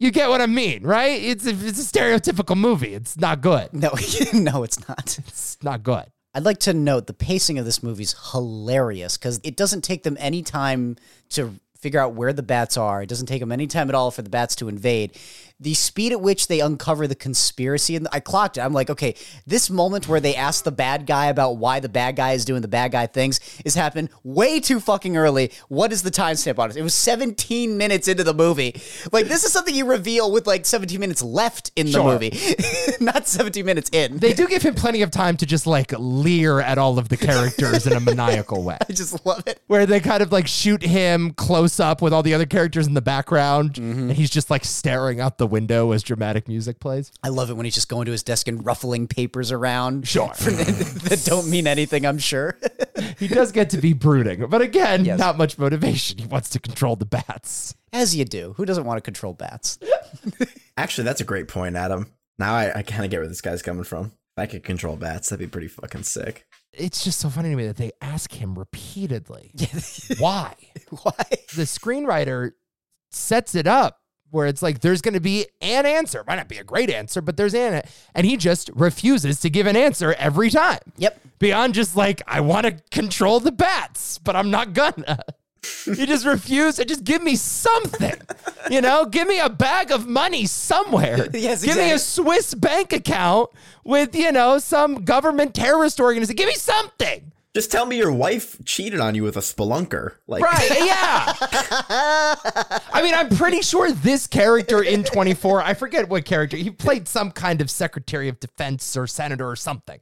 You get what I mean, right? It's a, it's a stereotypical movie. It's not good.
No, no, it's not.
It's not good.
I'd like to note the pacing of this movie's hilarious because it doesn't take them any time to figure out where the bats are. It doesn't take them any time at all for the bats to invade. The speed at which they uncover the conspiracy, and I clocked it. I'm like, okay, this moment where they ask the bad guy about why the bad guy is doing the bad guy things is happening way too fucking early. What is the timestamp on it? It was 17 minutes into the movie. Like, this is something you reveal with like 17 minutes left in the
Sure.
movie, not 17 minutes in.
They do give him plenty of time to just like leer at all of the characters in a maniacal way.
I just love it.
where they kind of like shoot him close up with all the other characters in the background and he's just like staring out the window as dramatic music plays
I love it when he's just going to his desk and ruffling papers around.
Sure.
that don't mean anything, I'm sure.
he does get to be brooding but again
Yes.
not much motivation he wants to control the bats
As you do. Who doesn't want to control bats?
actually that's a great point adam now i, I kind of get where this guy's coming from if i could control bats that'd be pretty fucking sick
it's just so funny to me that they ask him repeatedly why
Why?
the screenwriter sets it up where it's like there's going to be an answer. Might not be a great answer, but there's an and he just refuses to give an answer every time.
Yep.
Beyond just like I want to control the bats, but I'm not gonna. you just refuse to just give me something. you know, give me a bag of money somewhere.
Yes,
give me
exactly.
a Swiss bank account with, you know, some government terrorist organization. Give me something.
Just tell me your wife cheated on you with a spelunker. Like,
Right, yeah. I mean, I'm pretty sure this character in 24, I forget what character, he played some kind of Secretary of Defense or Senator or something.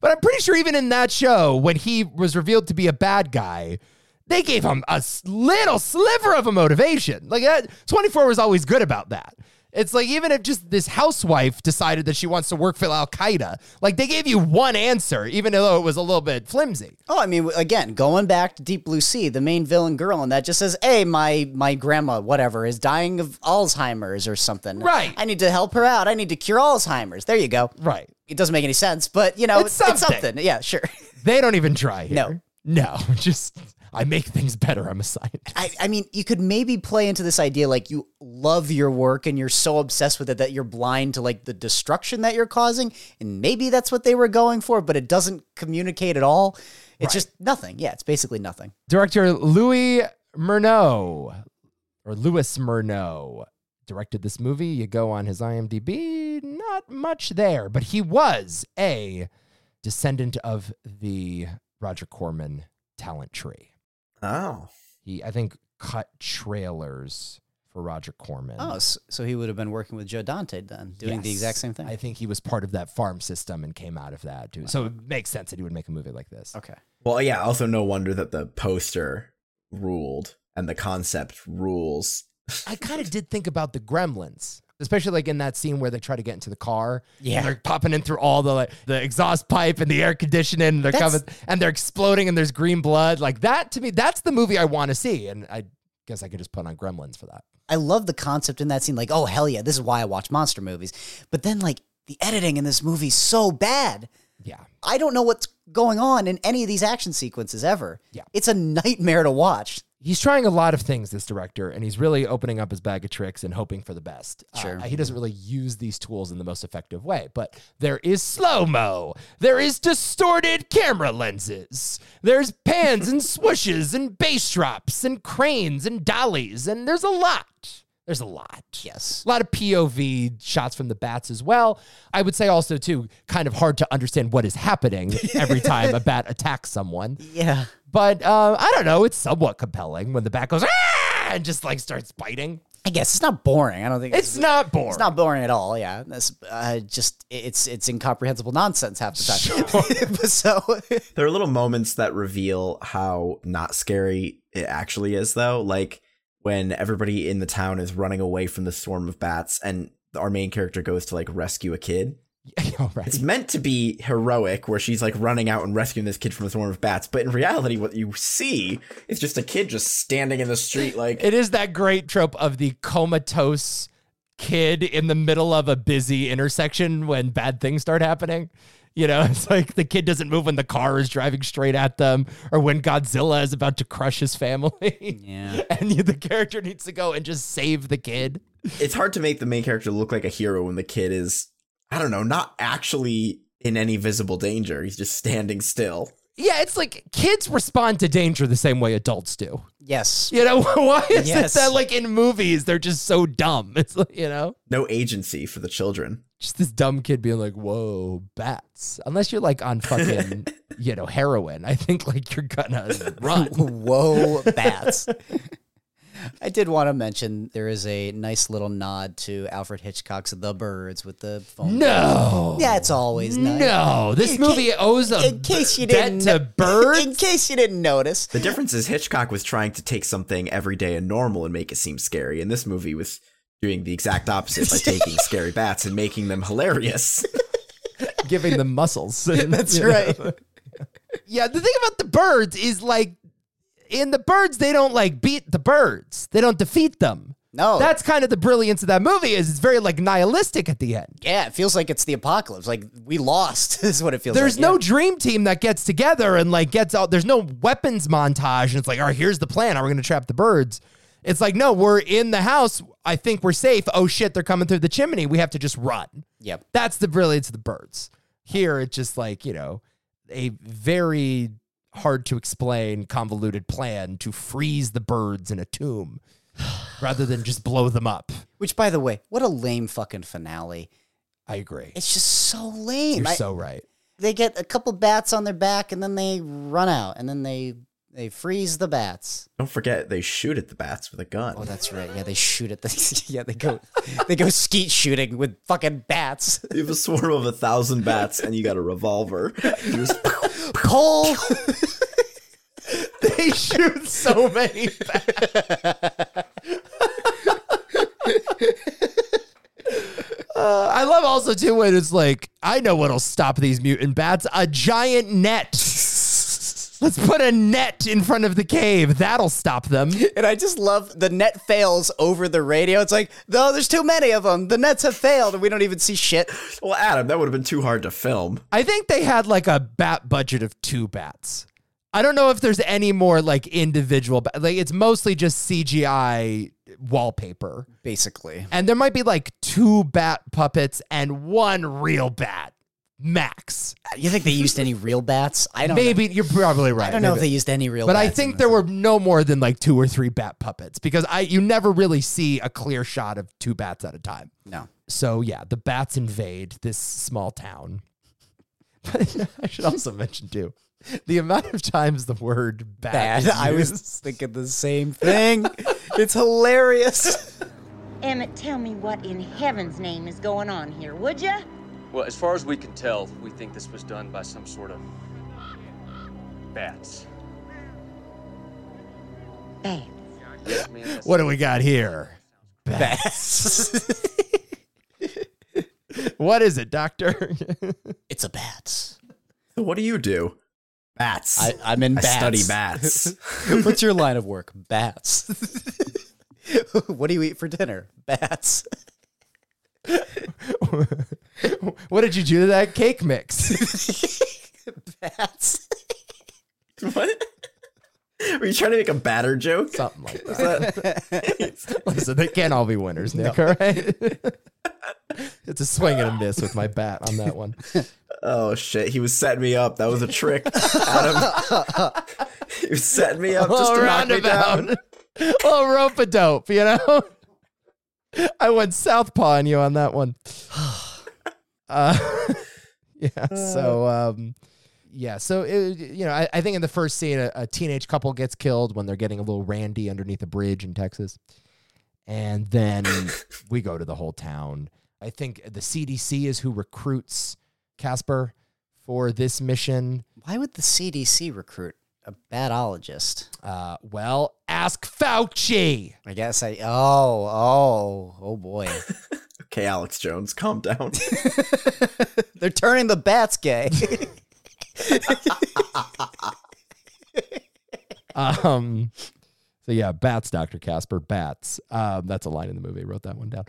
But I'm pretty sure even in that show, when he was revealed to be a bad guy, they gave him a s- little sliver of a motivation. Like, that, 24 was always good about that. It's like even if just this housewife decided that she wants to work for Al Qaeda, like they gave you one answer, even though it was a little bit flimsy.
Oh, I mean, again, going back to Deep Blue Sea, the main villain girl in that just says, "Hey, my my grandma, whatever, is dying of Alzheimer's or something.
Right.
I need to help her out. I need to cure Alzheimer's. There you go.
Right.
It doesn't make any sense, but you know,
It's
it's
something.
something. Yeah, sure.
They don't even try here.
No.
No, just I make things better. I'm a scientist.
I, I mean, you could maybe play into this idea like you love your work and you're so obsessed with it that you're blind to like the destruction that you're causing, and maybe that's what they were going for, but it doesn't communicate at all. It's just nothing. Yeah, it's basically nothing.
Director Louis Murnau or Louis Murnau directed this movie. You go on his IMDb, not much there, but he was a descendant of the Roger Corman talent tree.
oh,
He, I think, cut trailers for Roger Corman.
Oh, s- so he would have been working with Joe Dante then, doing the
Yes.
exact same thing.
I think he was part of that farm system and came out of that too. So it makes sense that he would make a movie like this.
okay.
well, yeah. Also, no wonder that the poster ruled and the concept rules.
I kind of did think about the gremlins. Especially like in that scene where they try to get into the car,
Yeah.
and they're popping in through all the like the exhaust pipe and the air conditioning, and they're
That's-
coming and they're exploding, and there's green blood. Like that to me, that's the movie I want to see, and I guess I could just put on Gremlins for that.
I love the concept in that scene. Like, oh, hell yeah, this is why I watch monster movies. But then, like, the editing in this movie's so bad.
Yeah,
I don't know what's going on in any of these action sequences ever.
Yeah.
It's a nightmare to watch.
he's trying a lot of things, this director, and he's really opening up his bag of tricks and hoping for the best. Uh,
Sure.
he doesn't really use these tools in the most effective way, but there is slow mo, there is distorted camera lenses, there's pans and swooshes and bass drops and cranes and dollies, and there's a lot. There's a lot.
Yes.
A lot of POV shots from the bats as well. I would say also, too, kind of hard to understand what is happening every time a bat attacks someone.
Yeah.
But uh, I don't know. It's somewhat compelling when the bat goes "Ah!" and just like starts biting.
I guess it's not boring. I don't think
It's not boring.
It's not boring at all. Yeah. That's uh, just, it's it's incomprehensible nonsense half the time. But so,
There are little moments that reveal how not scary it actually is, though. Like when everybody in the town is running away from the swarm of bats, and our main character goes to like rescue a kid.
All right.
It's meant to be heroic, where she's like running out and rescuing this kid from a swarm of bats, but in reality, what you see is just a kid just standing in the street, like
It is that great trope of the comatose kid in the middle of a busy intersection when bad things start happening. You know, it's like the kid doesn't move when the car is driving straight at them or when Godzilla is about to crush his family.
Yeah.
and the character needs to go and just save the kid.
it's hard to make the main character look like a hero when the kid is, I don't know, not actually in any visible danger. He's just standing still.
Yeah, it's like kids respond to danger the same way adults do.
yes.
You know, why is
Yes.
it that like in movies they're just so dumb? It's like, you know,
No agency for the children.
just this dumb kid being like, whoa, bats. Unless you're like on fucking, you know, heroin, I think like you're gonna run.
Whoa, bats. I did want to mention there is a nice little nod to Alfred Hitchcock's The Birds with the phone.
No.
Yeah, it's always nice.
No. This
In
movie
ca-
owes a
In case you
debt
didn't
to
no-
birds.
In case you didn't notice.
The difference is Hitchcock was trying to take something everyday and normal and make it seem scary, and this movie was doing the exact opposite by taking scary bats and making them hilarious.
giving them muscles.
That's right.
Yeah, the thing about the birds is like in the birds they don't like beat the birds. They don't defeat them.
No.
That's kind of the brilliance of that movie is it's very like nihilistic at the end.
yeah, it feels like it's the apocalypse. Like we lost is what it feels
There's
like.
no
yeah.
dream team that gets together and like gets out. There's no weapons montage and it's like, all right, here's the plan. How we're going to trap the birds. It's like, no, we're in the house. I think we're safe. Oh shit, they're coming through the chimney. We have to just run.
Yep.
That's the brilliance of the birds. Here, it's just like, you know, a very hard to explain, convoluted plan to freeze the birds in a tomb rather than just blow them up.
Which, by the way, what a lame fucking finale.
I agree.
It's just so lame.
You're
I-
so right.
they get a couple bats on their back, and then they run out, and then they they freeze the bats.
Don't forget they shoot at the bats with a gun.
Oh, that's right. Yeah, they shoot at the. yeah, they go they go skeet shooting with fucking bats.
you have a swarm of a thousand bats and you got a revolver. You just-
Cole.
They shoot so many bats. Uh, I love also too when it's like, I know what'll stop these mutant bats. A giant net. Let's put a net in front of the cave. That'll stop them.
And I just love the net fails over the radio. It's like, no, there's too many of them. The nets have failed, and we don't even see shit.
well, Adam, that would have been too hard to film.
I think they had like a bat budget of two bats. I don't know if there's any more like individual ba- like it's mostly just CGI wallpaper.
Basically,
And there might be like two bat puppets and one real bat max.
you think they used any real bats? I don't. Know.
Maybe you're probably right.
I don't know if
Maybe.
they used any real.
but
bats
I
in
think
this.
there were no more than like two or three bat puppets because I you never really see a clear shot of two bats at a time.
no.
So yeah, the bats invade this small town. I should also mention too the amount of times the word bat.
bad.
is
I
used.
was thinking the same thing. it's hilarious.
Emmett, tell me what in heaven's name is going on here, would ya?
Well, as far as we can tell, we think this was done by some sort of bats.
Bats.
Yes, ma'am, that's-
What do we got here? What is it, doctor?
it's a bat.
What do you do? Bats.
I, I'm in
I
bats.
study bats.
What's your line of work? Bats. what do you eat for dinner? Bats.
what did you do to that cake mix?
Bats.
what? Were you trying to make a batter joke?
Something like that.
Is that-
Listen, they can't all be winners, Nick. All right. it's a swing and a miss with my bat on that one.
oh shit! He was setting me up. That was a trick, Adam. he was setting me up just to knock me down.
little rope a dope, you know? I went southpaw on you on that one. Uh, yeah. So, um, yeah. So, it, you know, I, I think in the first scene, a, a teenage couple gets killed when they're getting a little randy underneath a bridge in Texas. And then we go to the whole town. I think the CDC is who recruits Casper for this mission.
Why would the CDC recruit a batologist?
Uh, well, ask Fauci.
I guess I. Oh, oh, oh boy.
Okay, Alex Jones, calm down.
They're turning the bats gay.
Um, so yeah, bats, Dr. Casper, bats. Um, that's a line in the movie. I wrote that one down.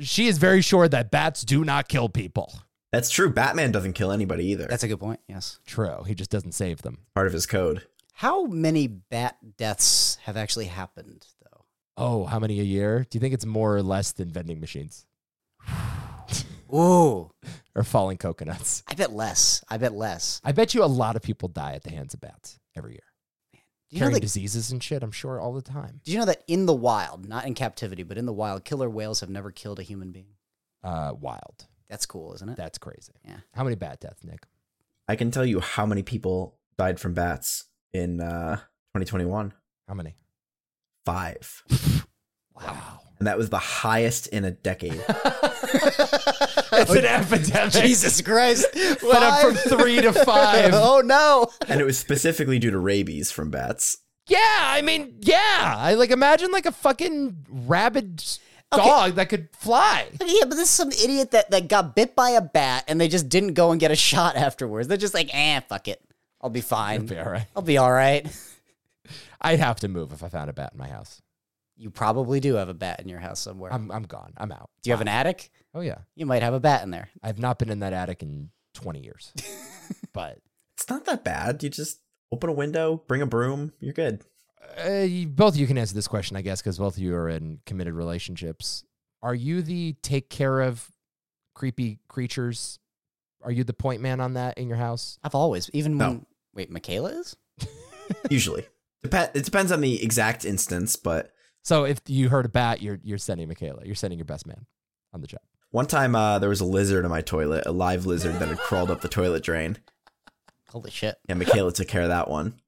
She is very sure that bats do not kill people.
That's true. Batman doesn't kill anybody either. That's
That's a good point. Yes.
True. He just doesn't save them.
part of his code.
How many bat deaths have actually happened, though?
Oh, how many a year? Do you think it's more or less than vending machines
Ooh,
or falling coconuts?
I bet less. I bet less.
I bet you a lot of people die at the hands of bats every year.
Do you, know
Carrying
that,
diseases and shit, I'm sure, all the time.
do you know that in the wild, not in captivity, but in the wild, killer whales have never killed a human being?
Uh, wild.
That's cool, isn't it?
That's crazy.
Yeah.
How many bat deaths, Nick?
I can tell you how many people died from bats in uh, 2021.
How many?
Five,
Wow.
and that was the highest in a decade.
It's an epidemic.
Jesus Christ.
Went up from
Five?
three to five.
oh, no.
and it was specifically due to rabies from bats.
Yeah, I mean, yeah. I like imagine like a fucking rabid s- dog that could fly.
Yeah, but this is some idiot that, that got bit by a bat and they just didn't go and get a shot afterwards. They're just like, eh, fuck it. I'll be fine.
Be all right.
I'll be all right.
I'd have to move if I found a bat in my house.
You probably do have a bat in your house somewhere.
I'm I'm gone. I'm out.
do you have an attic?
Oh yeah.
You might have a bat in there.
I've not been in that attic in 20 years. but
It's not that bad. You just open a window, bring a broom, you're good.
Uh, you- both of you can answer this question, I guess, because both of you are in committed relationships. Are you the take care of creepy creatures? Are you the point man on that in your house?
I've always, even
No.
when. Wait, Michaela is?
Usually, Dep- it depends on the exact instance, but
So if you heard a bat, you're you're sending Michaela. You're sending your best man on the job.
one time uh, there was a lizard in my toilet, a live lizard that had crawled up the toilet drain,
Holy shit.
and Michaela took care of that one.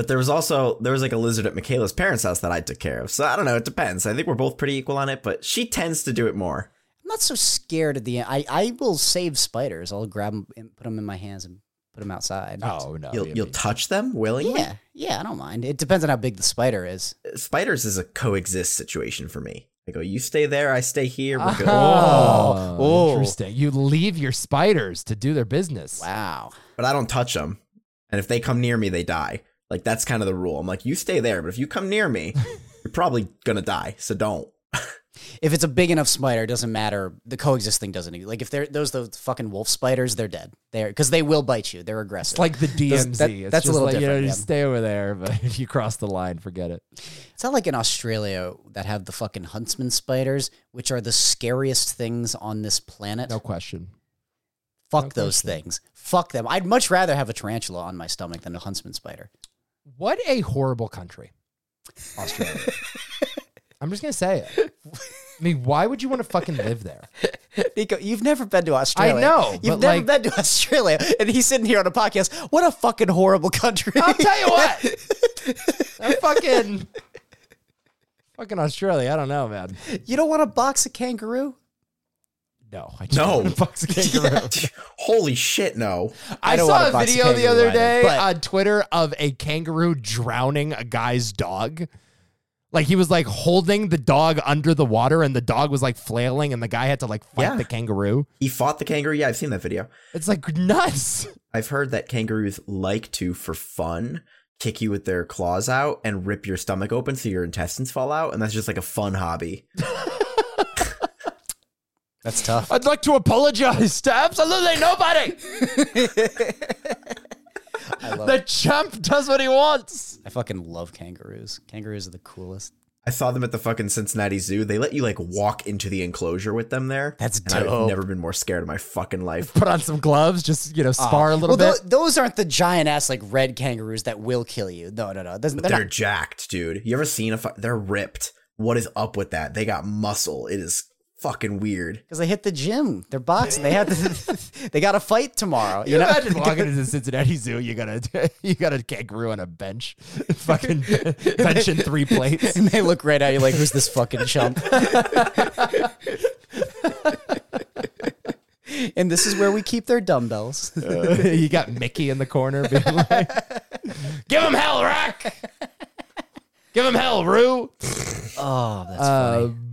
But there was also there was like a lizard at Michaela's parents' house that I took care of. So I don't know. It depends. I think we're both pretty equal on it, but she tends to do it more.
I'm not so scared at the end. I, I will save spiders. I'll grab them and put them in my hands and put them outside.
Oh no!
you'll
yeah,
you'll
me-
touch them willingly.
Yeah, yeah, I don't mind. It depends on how big the spider is.
Spiders is a coexist situation for me. I go, you stay there, I stay here. We're good.
Oh,
Oh.
interesting. You leave your spiders to do their business.
Wow.
but I don't touch them. And if they come near me, they die. Like that's kind of the rule. I'm like, you stay there, but if you come near me, you're probably gonna die. So don't.
If it's a big enough spider, it doesn't matter. The coexist thing doesn't. Like if they're those those fucking wolf spiders, they're dead. They're because they will bite you. They're aggressive.
It's like the DMZ.
that-
it's
that's a
just
little
like, You
different,
know,
yeah.
just stay over there, but if you cross the line, forget it.
It's not like in Australia that have the fucking huntsman spiders, which are the scariest things on this planet.
No question.
Fuck those things. Fuck them. I'd much rather have a tarantula on my stomach than a huntsman spider.
What a horrible country, Australia. I'm just gonna say it. I mean, why would you want to fucking live there?
Nico, you've never been to Australia.
I know, but,
You've never
like-
been to Australia. And he's sitting here on a podcast. What a fucking horrible country.
I'll tell you what. i fucking fucking Australia. I don't know, man.
you don't want to box a kangaroo?
No, I just
No.
want a box of kangaroo.
Holy shit, no.
I,
don't want
saw
a
a
box of
video the
kangaroo
other
either,
day
but-
on Twitter of a kangaroo drowning a guy's dog. Like he was like holding the dog under the water, and the dog was like flailing, and the guy had to like fight
Yeah.
the kangaroo.
He fought the kangaroo. Yeah, I've seen that video.
It's like nuts.
I've heard that kangaroos like to, for fun, kick you with their claws out and rip your stomach open so your intestines fall out, and that's just like a fun hobby.
That's tough.
I'd like to apologize to absolutely nobody.
I love
The chump does what he wants.
I fucking love kangaroos. Kangaroos are the coolest.
I saw them at the fucking Cincinnati Zoo. They let you like walk into the enclosure with them there.
That's
and I've
dope.
never been more scared of my fucking life.
Put on some gloves, just you know, spar a little
Ah. Well,
bit.
tho- those aren't the giant ass like red kangaroos that will kill you. No, no, no. It doesn't-
They're,
they're not-
jacked, dude. You ever seen a? Fu- they're ripped. What is up with that? They got muscle. It is fucking weird.
Because they hit the gym. They're boxing. They have to, they got to fight tomorrow. You
You
know?
imagine walking into the Cincinnati Zoo, you got a you got a kangaroo on a bench, fucking benching three plates.
And they look right at you like, who's this fucking chump? and this is where we keep their dumbbells.
you got Mickey in the corner being like, "Give him hell, Rock! Give him hell, Roo!"
oh, that's funny.
Um,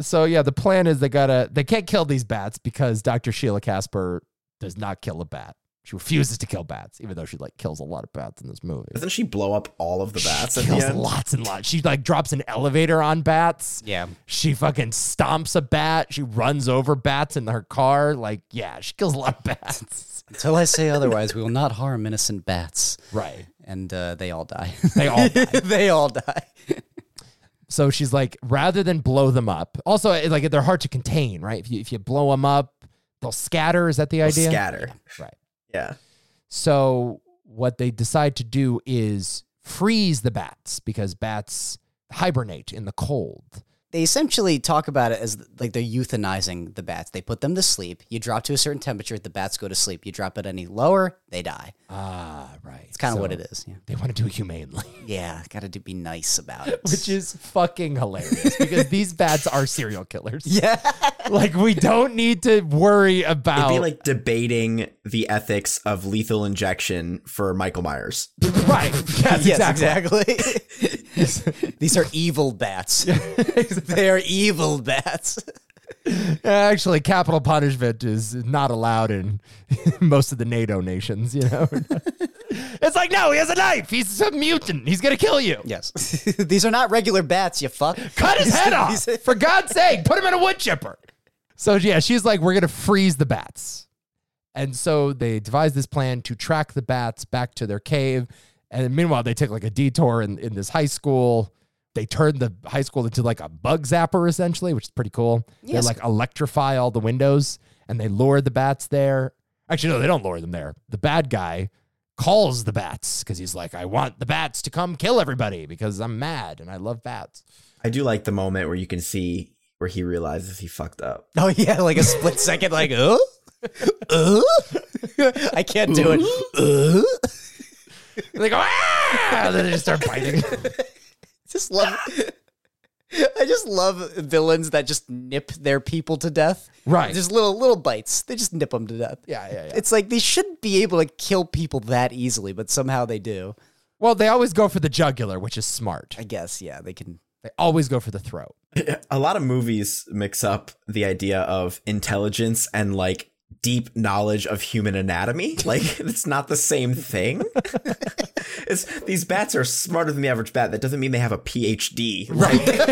so yeah, the plan is they gotta they can't kill these bats because Dr. Sheila Casper does not kill a bat. She refuses to kill bats, even though she like kills a lot of bats in this movie.
Doesn't she blow up all of the bats
she
at the
kills
end?
lots and lots. She like drops an elevator on bats.
Yeah.
She fucking stomps a bat. She runs over bats in her car. Like, yeah, she kills a lot of bats.
Until I say otherwise, we will not harm innocent bats.
right.
And uh, they all die.
They all die.
they all die.
So she's like, rather than blow them up. Also, it- like they're hard to contain, right? If you if you blow them up, they'll scatter. Is that the idea?
Scatter.
Right.
Yeah.
So what they decide to do is freeze the bats because bats hibernate in the cold.
They essentially talk about it as like they're euthanizing the bats. They put them to sleep. You drop to a certain temperature, the bats go to sleep. You drop it any lower, they die.
Ah, right.
It's kind of what it is. Yeah.
They want to do it humanely.
Yeah, gotta do, be nice about it.
which is fucking hilarious because these bats are serial killers.
yeah.
Like we don't need to worry
It'd
about
be like debating the ethics of lethal injection for Michael Myers.
right. Yes,
yes,
exactly.
exactly. These are evil bats. they are evil bats.
Actually, capital punishment is not allowed in most of the NATO nations. You know, it's like no, he has a knife. He's a mutant. He's gonna kill you.
Yes. These are not regular bats, you fuck.
Cut his head off
These-
for God's sake. Put him in a wood chipper. So yeah, she's like, we're gonna freeze the bats. And so they devise this plan to track the bats back to their cave And meanwhile, they take like a detour in, in this high school. They turn the high school into like a bug zapper, essentially, which is pretty cool.
Yes.
They like electrify all the windows and they lure the bats there. Actually, no, they don't lure them there. The bad guy calls the bats because he's like, I want the bats to come kill everybody because I'm mad and I love bats.
I do like the moment where you can see where he realizes he fucked up.
Oh yeah, like a split second, like uh, uh. I can't do it. Uh?
And they go, ah! And then they just start biting.
Just love. I just love villains that just nip their people to death.
Right.
Just little little bites. They just nip them to death.
Yeah, yeah, yeah.
It's like they shouldn't be able to kill people that easily, but somehow they do.
Well, they always go for the jugular, which is smart.
I guess. Yeah, they can.
They always go for the throat.
A lot of movies mix up the idea of intelligence and like deep knowledge of human anatomy. Like it's not the same thing. it's these bats are smarter than the average bat. That doesn't mean they have a PhD. Right.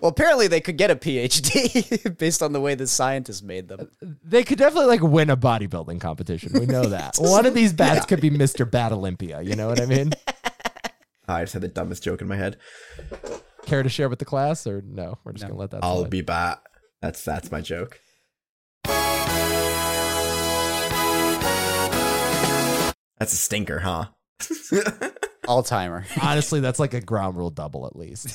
Well, apparently they could get a PhD based on the way the scientists made them.
They could definitely like win a bodybuilding competition. We know that. One of these bats could be Mr. Bat Olympia. You know what I mean?
I just had the dumbest joke in my head.
Care to share with the class or no? We're just gonna let that.
I'll
slide.
be back. That's that's my joke. That's a stinker, huh?
All timer.
Honestly, that's like a ground rule double at least.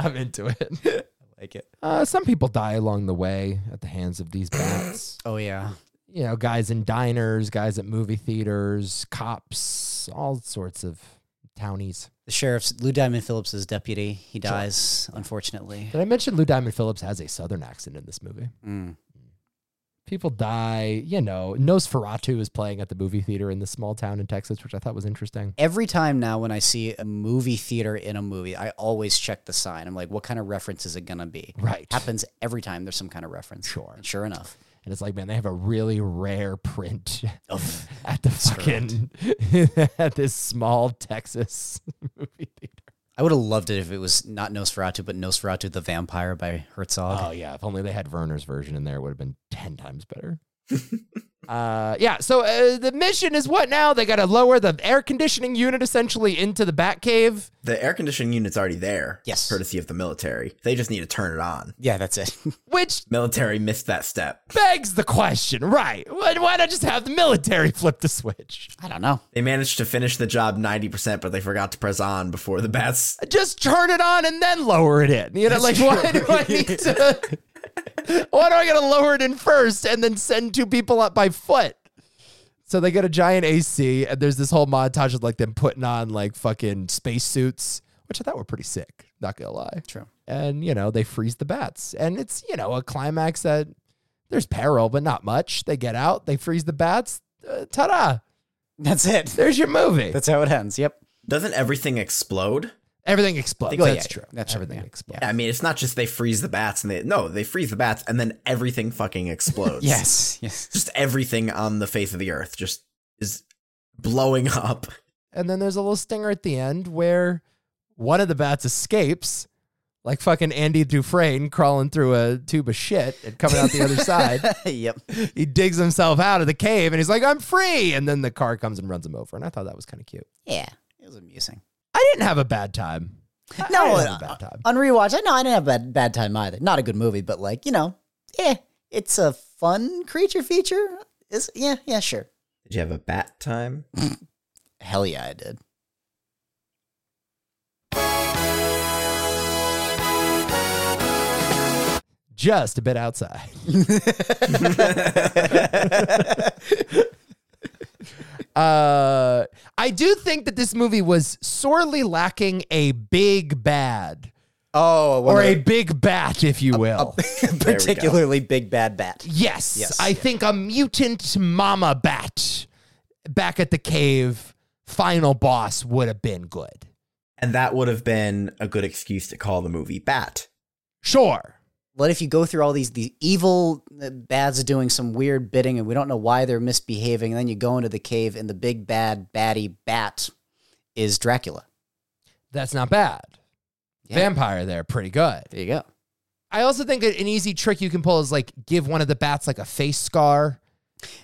I'm into it.
like it.
Uh, some people die along the way at the hands of these bats.
Oh yeah.
you know, guys in diners, guys at movie theaters, cops, all sorts of townies.
The sheriff's Lou Diamond Phillips' deputy. He dies, unfortunately.
Did I mention Lou Diamond Phillips has a southern accent in this movie?
Mm.
People die, you know. Nosferatu is playing at the movie theater in this small town in Texas, which I thought was interesting.
Every time now when I see a movie theater in a movie, I always check the sign. I'm like, what kind of reference is it gonna be?
Right.
Happens every time there's some kind of reference.
Sure.
And sure enough.
And it's like, man, they have a really rare print
Of
at the fucking at this small Texas movie theater.
I would have loved it if it was not Nosferatu, but Nosferatu the Vampire by Herzog.
Oh yeah, if only they had Werner's version in there, it would have been ten times better. uh, yeah. So uh, the mission is what now? They got to lower the air conditioning unit essentially into the Batcave.
The air conditioning unit's already there.
Yes.
Courtesy of the military. They just need to turn it on.
Yeah, that's it.
Which
Military missed that step.
begs the question, right? Why, why not just have the military flip the switch?
I don't know.
They managed to finish the job 90%, but they forgot to press on before the bats.
Just turn it on and then lower it in. You know, like why do I need to? why do I got to lower it in first and then send two people up by foot? So they got a giant AC, and there's this whole montage of like them putting on like fucking spacesuits, which I thought were pretty sick. Not gonna lie.
True.
And you know they freeze the bats, and it's you know a climax that there's peril, but not much. They get out, they freeze the bats. Uh, ta-da!
That's it.
There's your movie.
That's how it ends. Yep.
Doesn't everything explode?
Everything explodes.
Oh, yeah,
that's
yeah,
true.
that's true,
everything
yeah,
explodes.
I mean, it's not just they freeze the bats and they. No, they freeze the bats and then everything fucking explodes.
Yes. Yes.
Just everything on the face of the earth just is blowing up.
And then there's a little stinger at the end where one of the bats escapes, like fucking Andy Dufresne crawling through a tube of shit and coming out the other side.
yep.
He digs himself out of the cave and he's like, I'm free. And then the car comes and runs him over. And I thought that was kind of cute.
Yeah. It was amusing.
I didn't have a bad time. I- I
No,
didn't have a
uh,
bad time.
on rewatch, I know I didn't have a bad, bad time either. Not a good movie, but like you know, yeah, it's a fun creature feature. Is yeah, yeah, sure.
Did you have a bat time?
Hell yeah, I did.
Just a bit outside. Uh, I do think that this movie was sorely lacking a big bad
Oh,
or a big bat, if you will.
particularly big bad bat.
Yes,
Yes.
I think a mutant mama bat back at the cave final boss would have been good.
And that would have been a good excuse to call the movie Bat.
Sure.
What if you go through all these these evil uh, bads doing some weird bidding, and we don't know why they're misbehaving, and then you go into the cave, and the big bad baddie bat is Dracula.
That's not bad.
Yeah.
Vampire there, pretty good.
There you go.
I also think that an easy trick you can pull is like give one of the bats like a face scar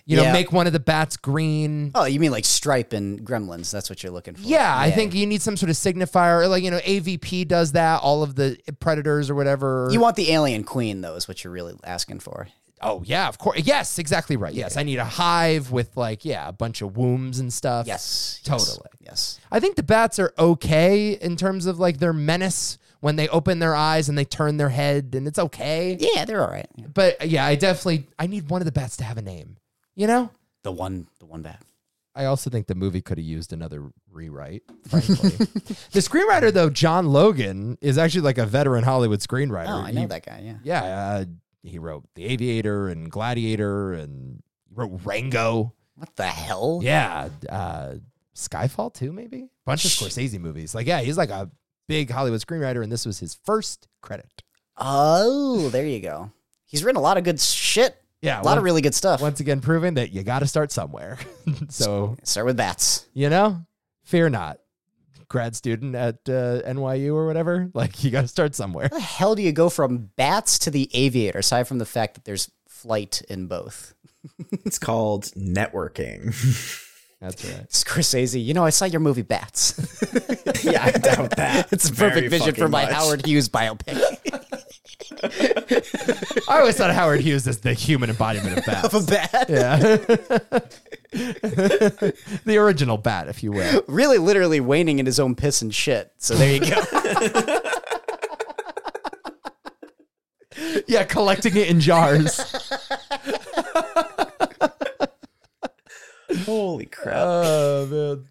You know,
Yeah.
make one of the bats green.
Oh, you mean like Stripe and Gremlins? That's what you're looking for.
Yeah, I think you need some sort of signifier. Like, you know, AVP does that, all of the predators or whatever.
you want the alien queen though, is what you're really asking for.
oh, yeah, of course. Yes, exactly right. Yes, I need a hive with, like, yeah, a bunch of wombs and stuff.
Yes, yes,
Totally.
Yes.
I think the bats are okay in terms of, like, their menace when they open their eyes and they turn their head, and it's okay.
Yeah, they're all right.
But uh, yeah, I definitely I need one of the bats to have a name. You know?
The one, the one bat.
I also think the movie could have used another rewrite, frankly. the screenwriter, though, John Logan, is actually like a veteran Hollywood screenwriter.
Oh, I know
He-
that guy. Yeah.
Yeah, uh, he wrote The Aviator and Gladiator and he wrote Rango.
What the hell?
Yeah, uh, Skyfall, too, maybe? Bunch of Scorsese movies. Like, yeah, he's like a big Hollywood screenwriter, and this was his first credit.
Oh, there you go. He's written a lot of good shit.
Yeah,
A lot of really good stuff.
Once again, proving that you got to start somewhere. so
Start with bats.
you know fear not grad student at uh, nyu or whatever like you gotta start somewhere
How the hell do you go from bats to the aviator? Aside from the fact that there's flight in both.
It's called networking.
that's right
Scorsese, you know, I saw your movie Bats.
yeah, I doubt that.
It's a perfect
Very
vision for
fucking
my
much.
Howard Hughes biopic
i always thought howard hughes is the human embodiment of bats
of a bat.
yeah the original bat if you will
Really, literally waning in his own piss and shit. So there you go.
yeah collecting it in jars
Holy crap.
oh man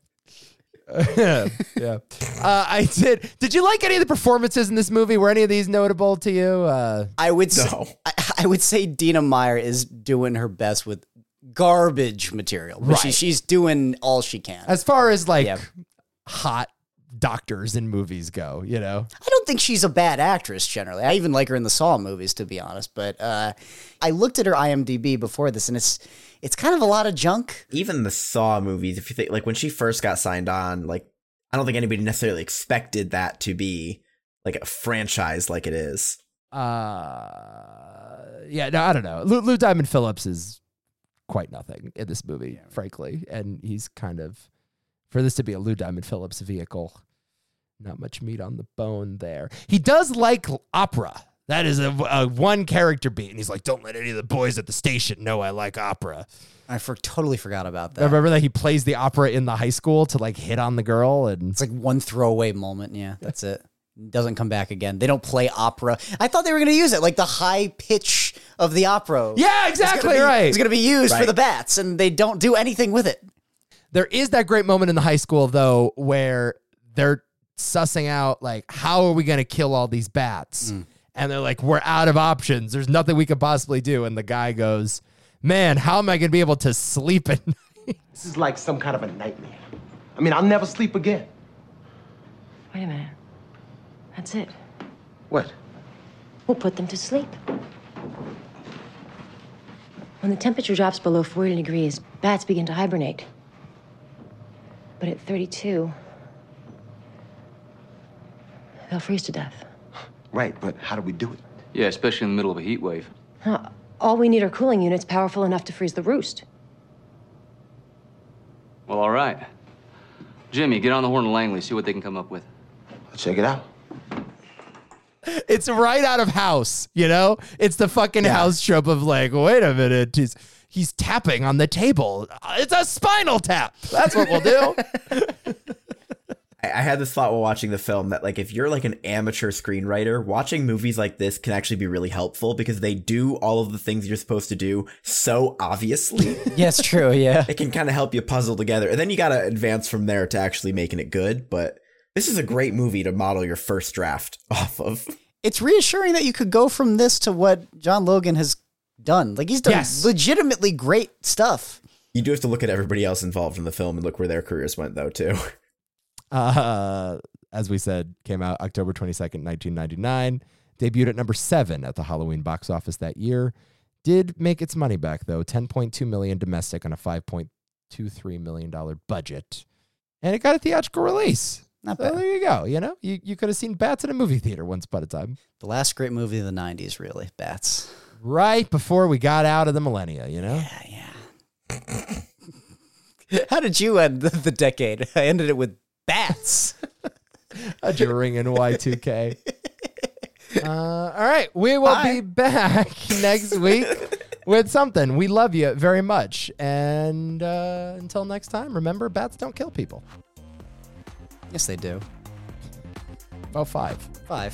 yeah, yeah. Uh, I did. Did you like any of the performances in this movie? Were any of these notable to you? Uh,
I would say,
No.
I, I would say Dina Meyer is doing her best with garbage material, but she,
Right.
she's doing all she can.
as far as like
Yeah.
hot doctors in movies go, you know.
I don't think she's a bad actress generally. I even like her in the Saw movies, to be honest. But uh, I looked at her IMDb before this, and it's it's kind of a lot of junk.
even the Saw movies, if you think like when she first got signed on, like I don't think anybody necessarily expected that to be like a franchise like it is.
uh yeah no i don't know lou, lou diamond phillips is quite nothing in this movie frankly and he's kind of for this to be a lou diamond phillips vehicle not much meat on the bone there he does like l- opera that is a, a one character beat and he's like don't let any of the boys at the station know i like opera
I for, totally forgot about that.
remember that he plays the opera in the high school to like hit on the girl and
It's like one throwaway moment. Yeah, that's it. Doesn't come back again. They don't play opera. I thought they were going to use it, like the high pitch of the opera.
yeah exactly right
It's going to be used for
Right.
the bats, and they don't do anything with it.
There is that great moment in the high school though where they're sussing out like how are we going to kill all these bats? And they're like we're out of options. There's nothing we could possibly do and the guy goes, "Man, how am I going to be able to sleep at night?"
This is like some kind of a nightmare. I mean, I'll never sleep again.
Wait a minute. That's it.
What?
We'll put them to sleep. When the temperature drops below 40 degrees, bats begin to hibernate. But at 32, they'll freeze to death.
Right, but how do we do it?
Yeah, especially in the middle of a heat wave.
Huh. All we need are cooling units powerful enough to freeze the roost.
Well, all right. Jimmy, get on the horn and Langley, see what they can come up with.
Check it out.
It's right out of house, you know? It's the fucking house trope of like, "Wait a minute, he's he's tapping on the table. It's a spinal tap." That's what we'll do.
I, I had this thought while watching the film that like if you're like an amateur screenwriter, watching movies like this can actually be really helpful because they do all of the things you're supposed to do so obviously.
Yes, true. Yeah.
it can kind of help you puzzle together. And then you gotta advance from there to actually making it good. But this is a great movie to model your first draft off of.
it's reassuring that you could go from this to what John Logan has done. Like he's done
Yes.
legitimately great stuff.
You do have to look at everybody else involved in the film and look where their careers went though too.
uh, as we said, came out October 22nd, 1999. Debuted at number seven at the Halloween box office that year. Did make its money back though, 10.2 million domestic on a 5.23 million dollar budget, and it got a theatrical release.
Not
So
bad.
there you go. You know, you, you could have seen bats in a movie theater once upon a time,
The last great movie of the '90s, really, Bats.
right before we got out of the millennia. You know,
Yeah, yeah. How did you end the, the decade? I ended it with bats.
during NY2K. Uh, all right, we will
Bye.
be back next week with something. We love you very much, and uh, until next time, remember bats don't kill people.
yes, they do.
Oh, five.
Five.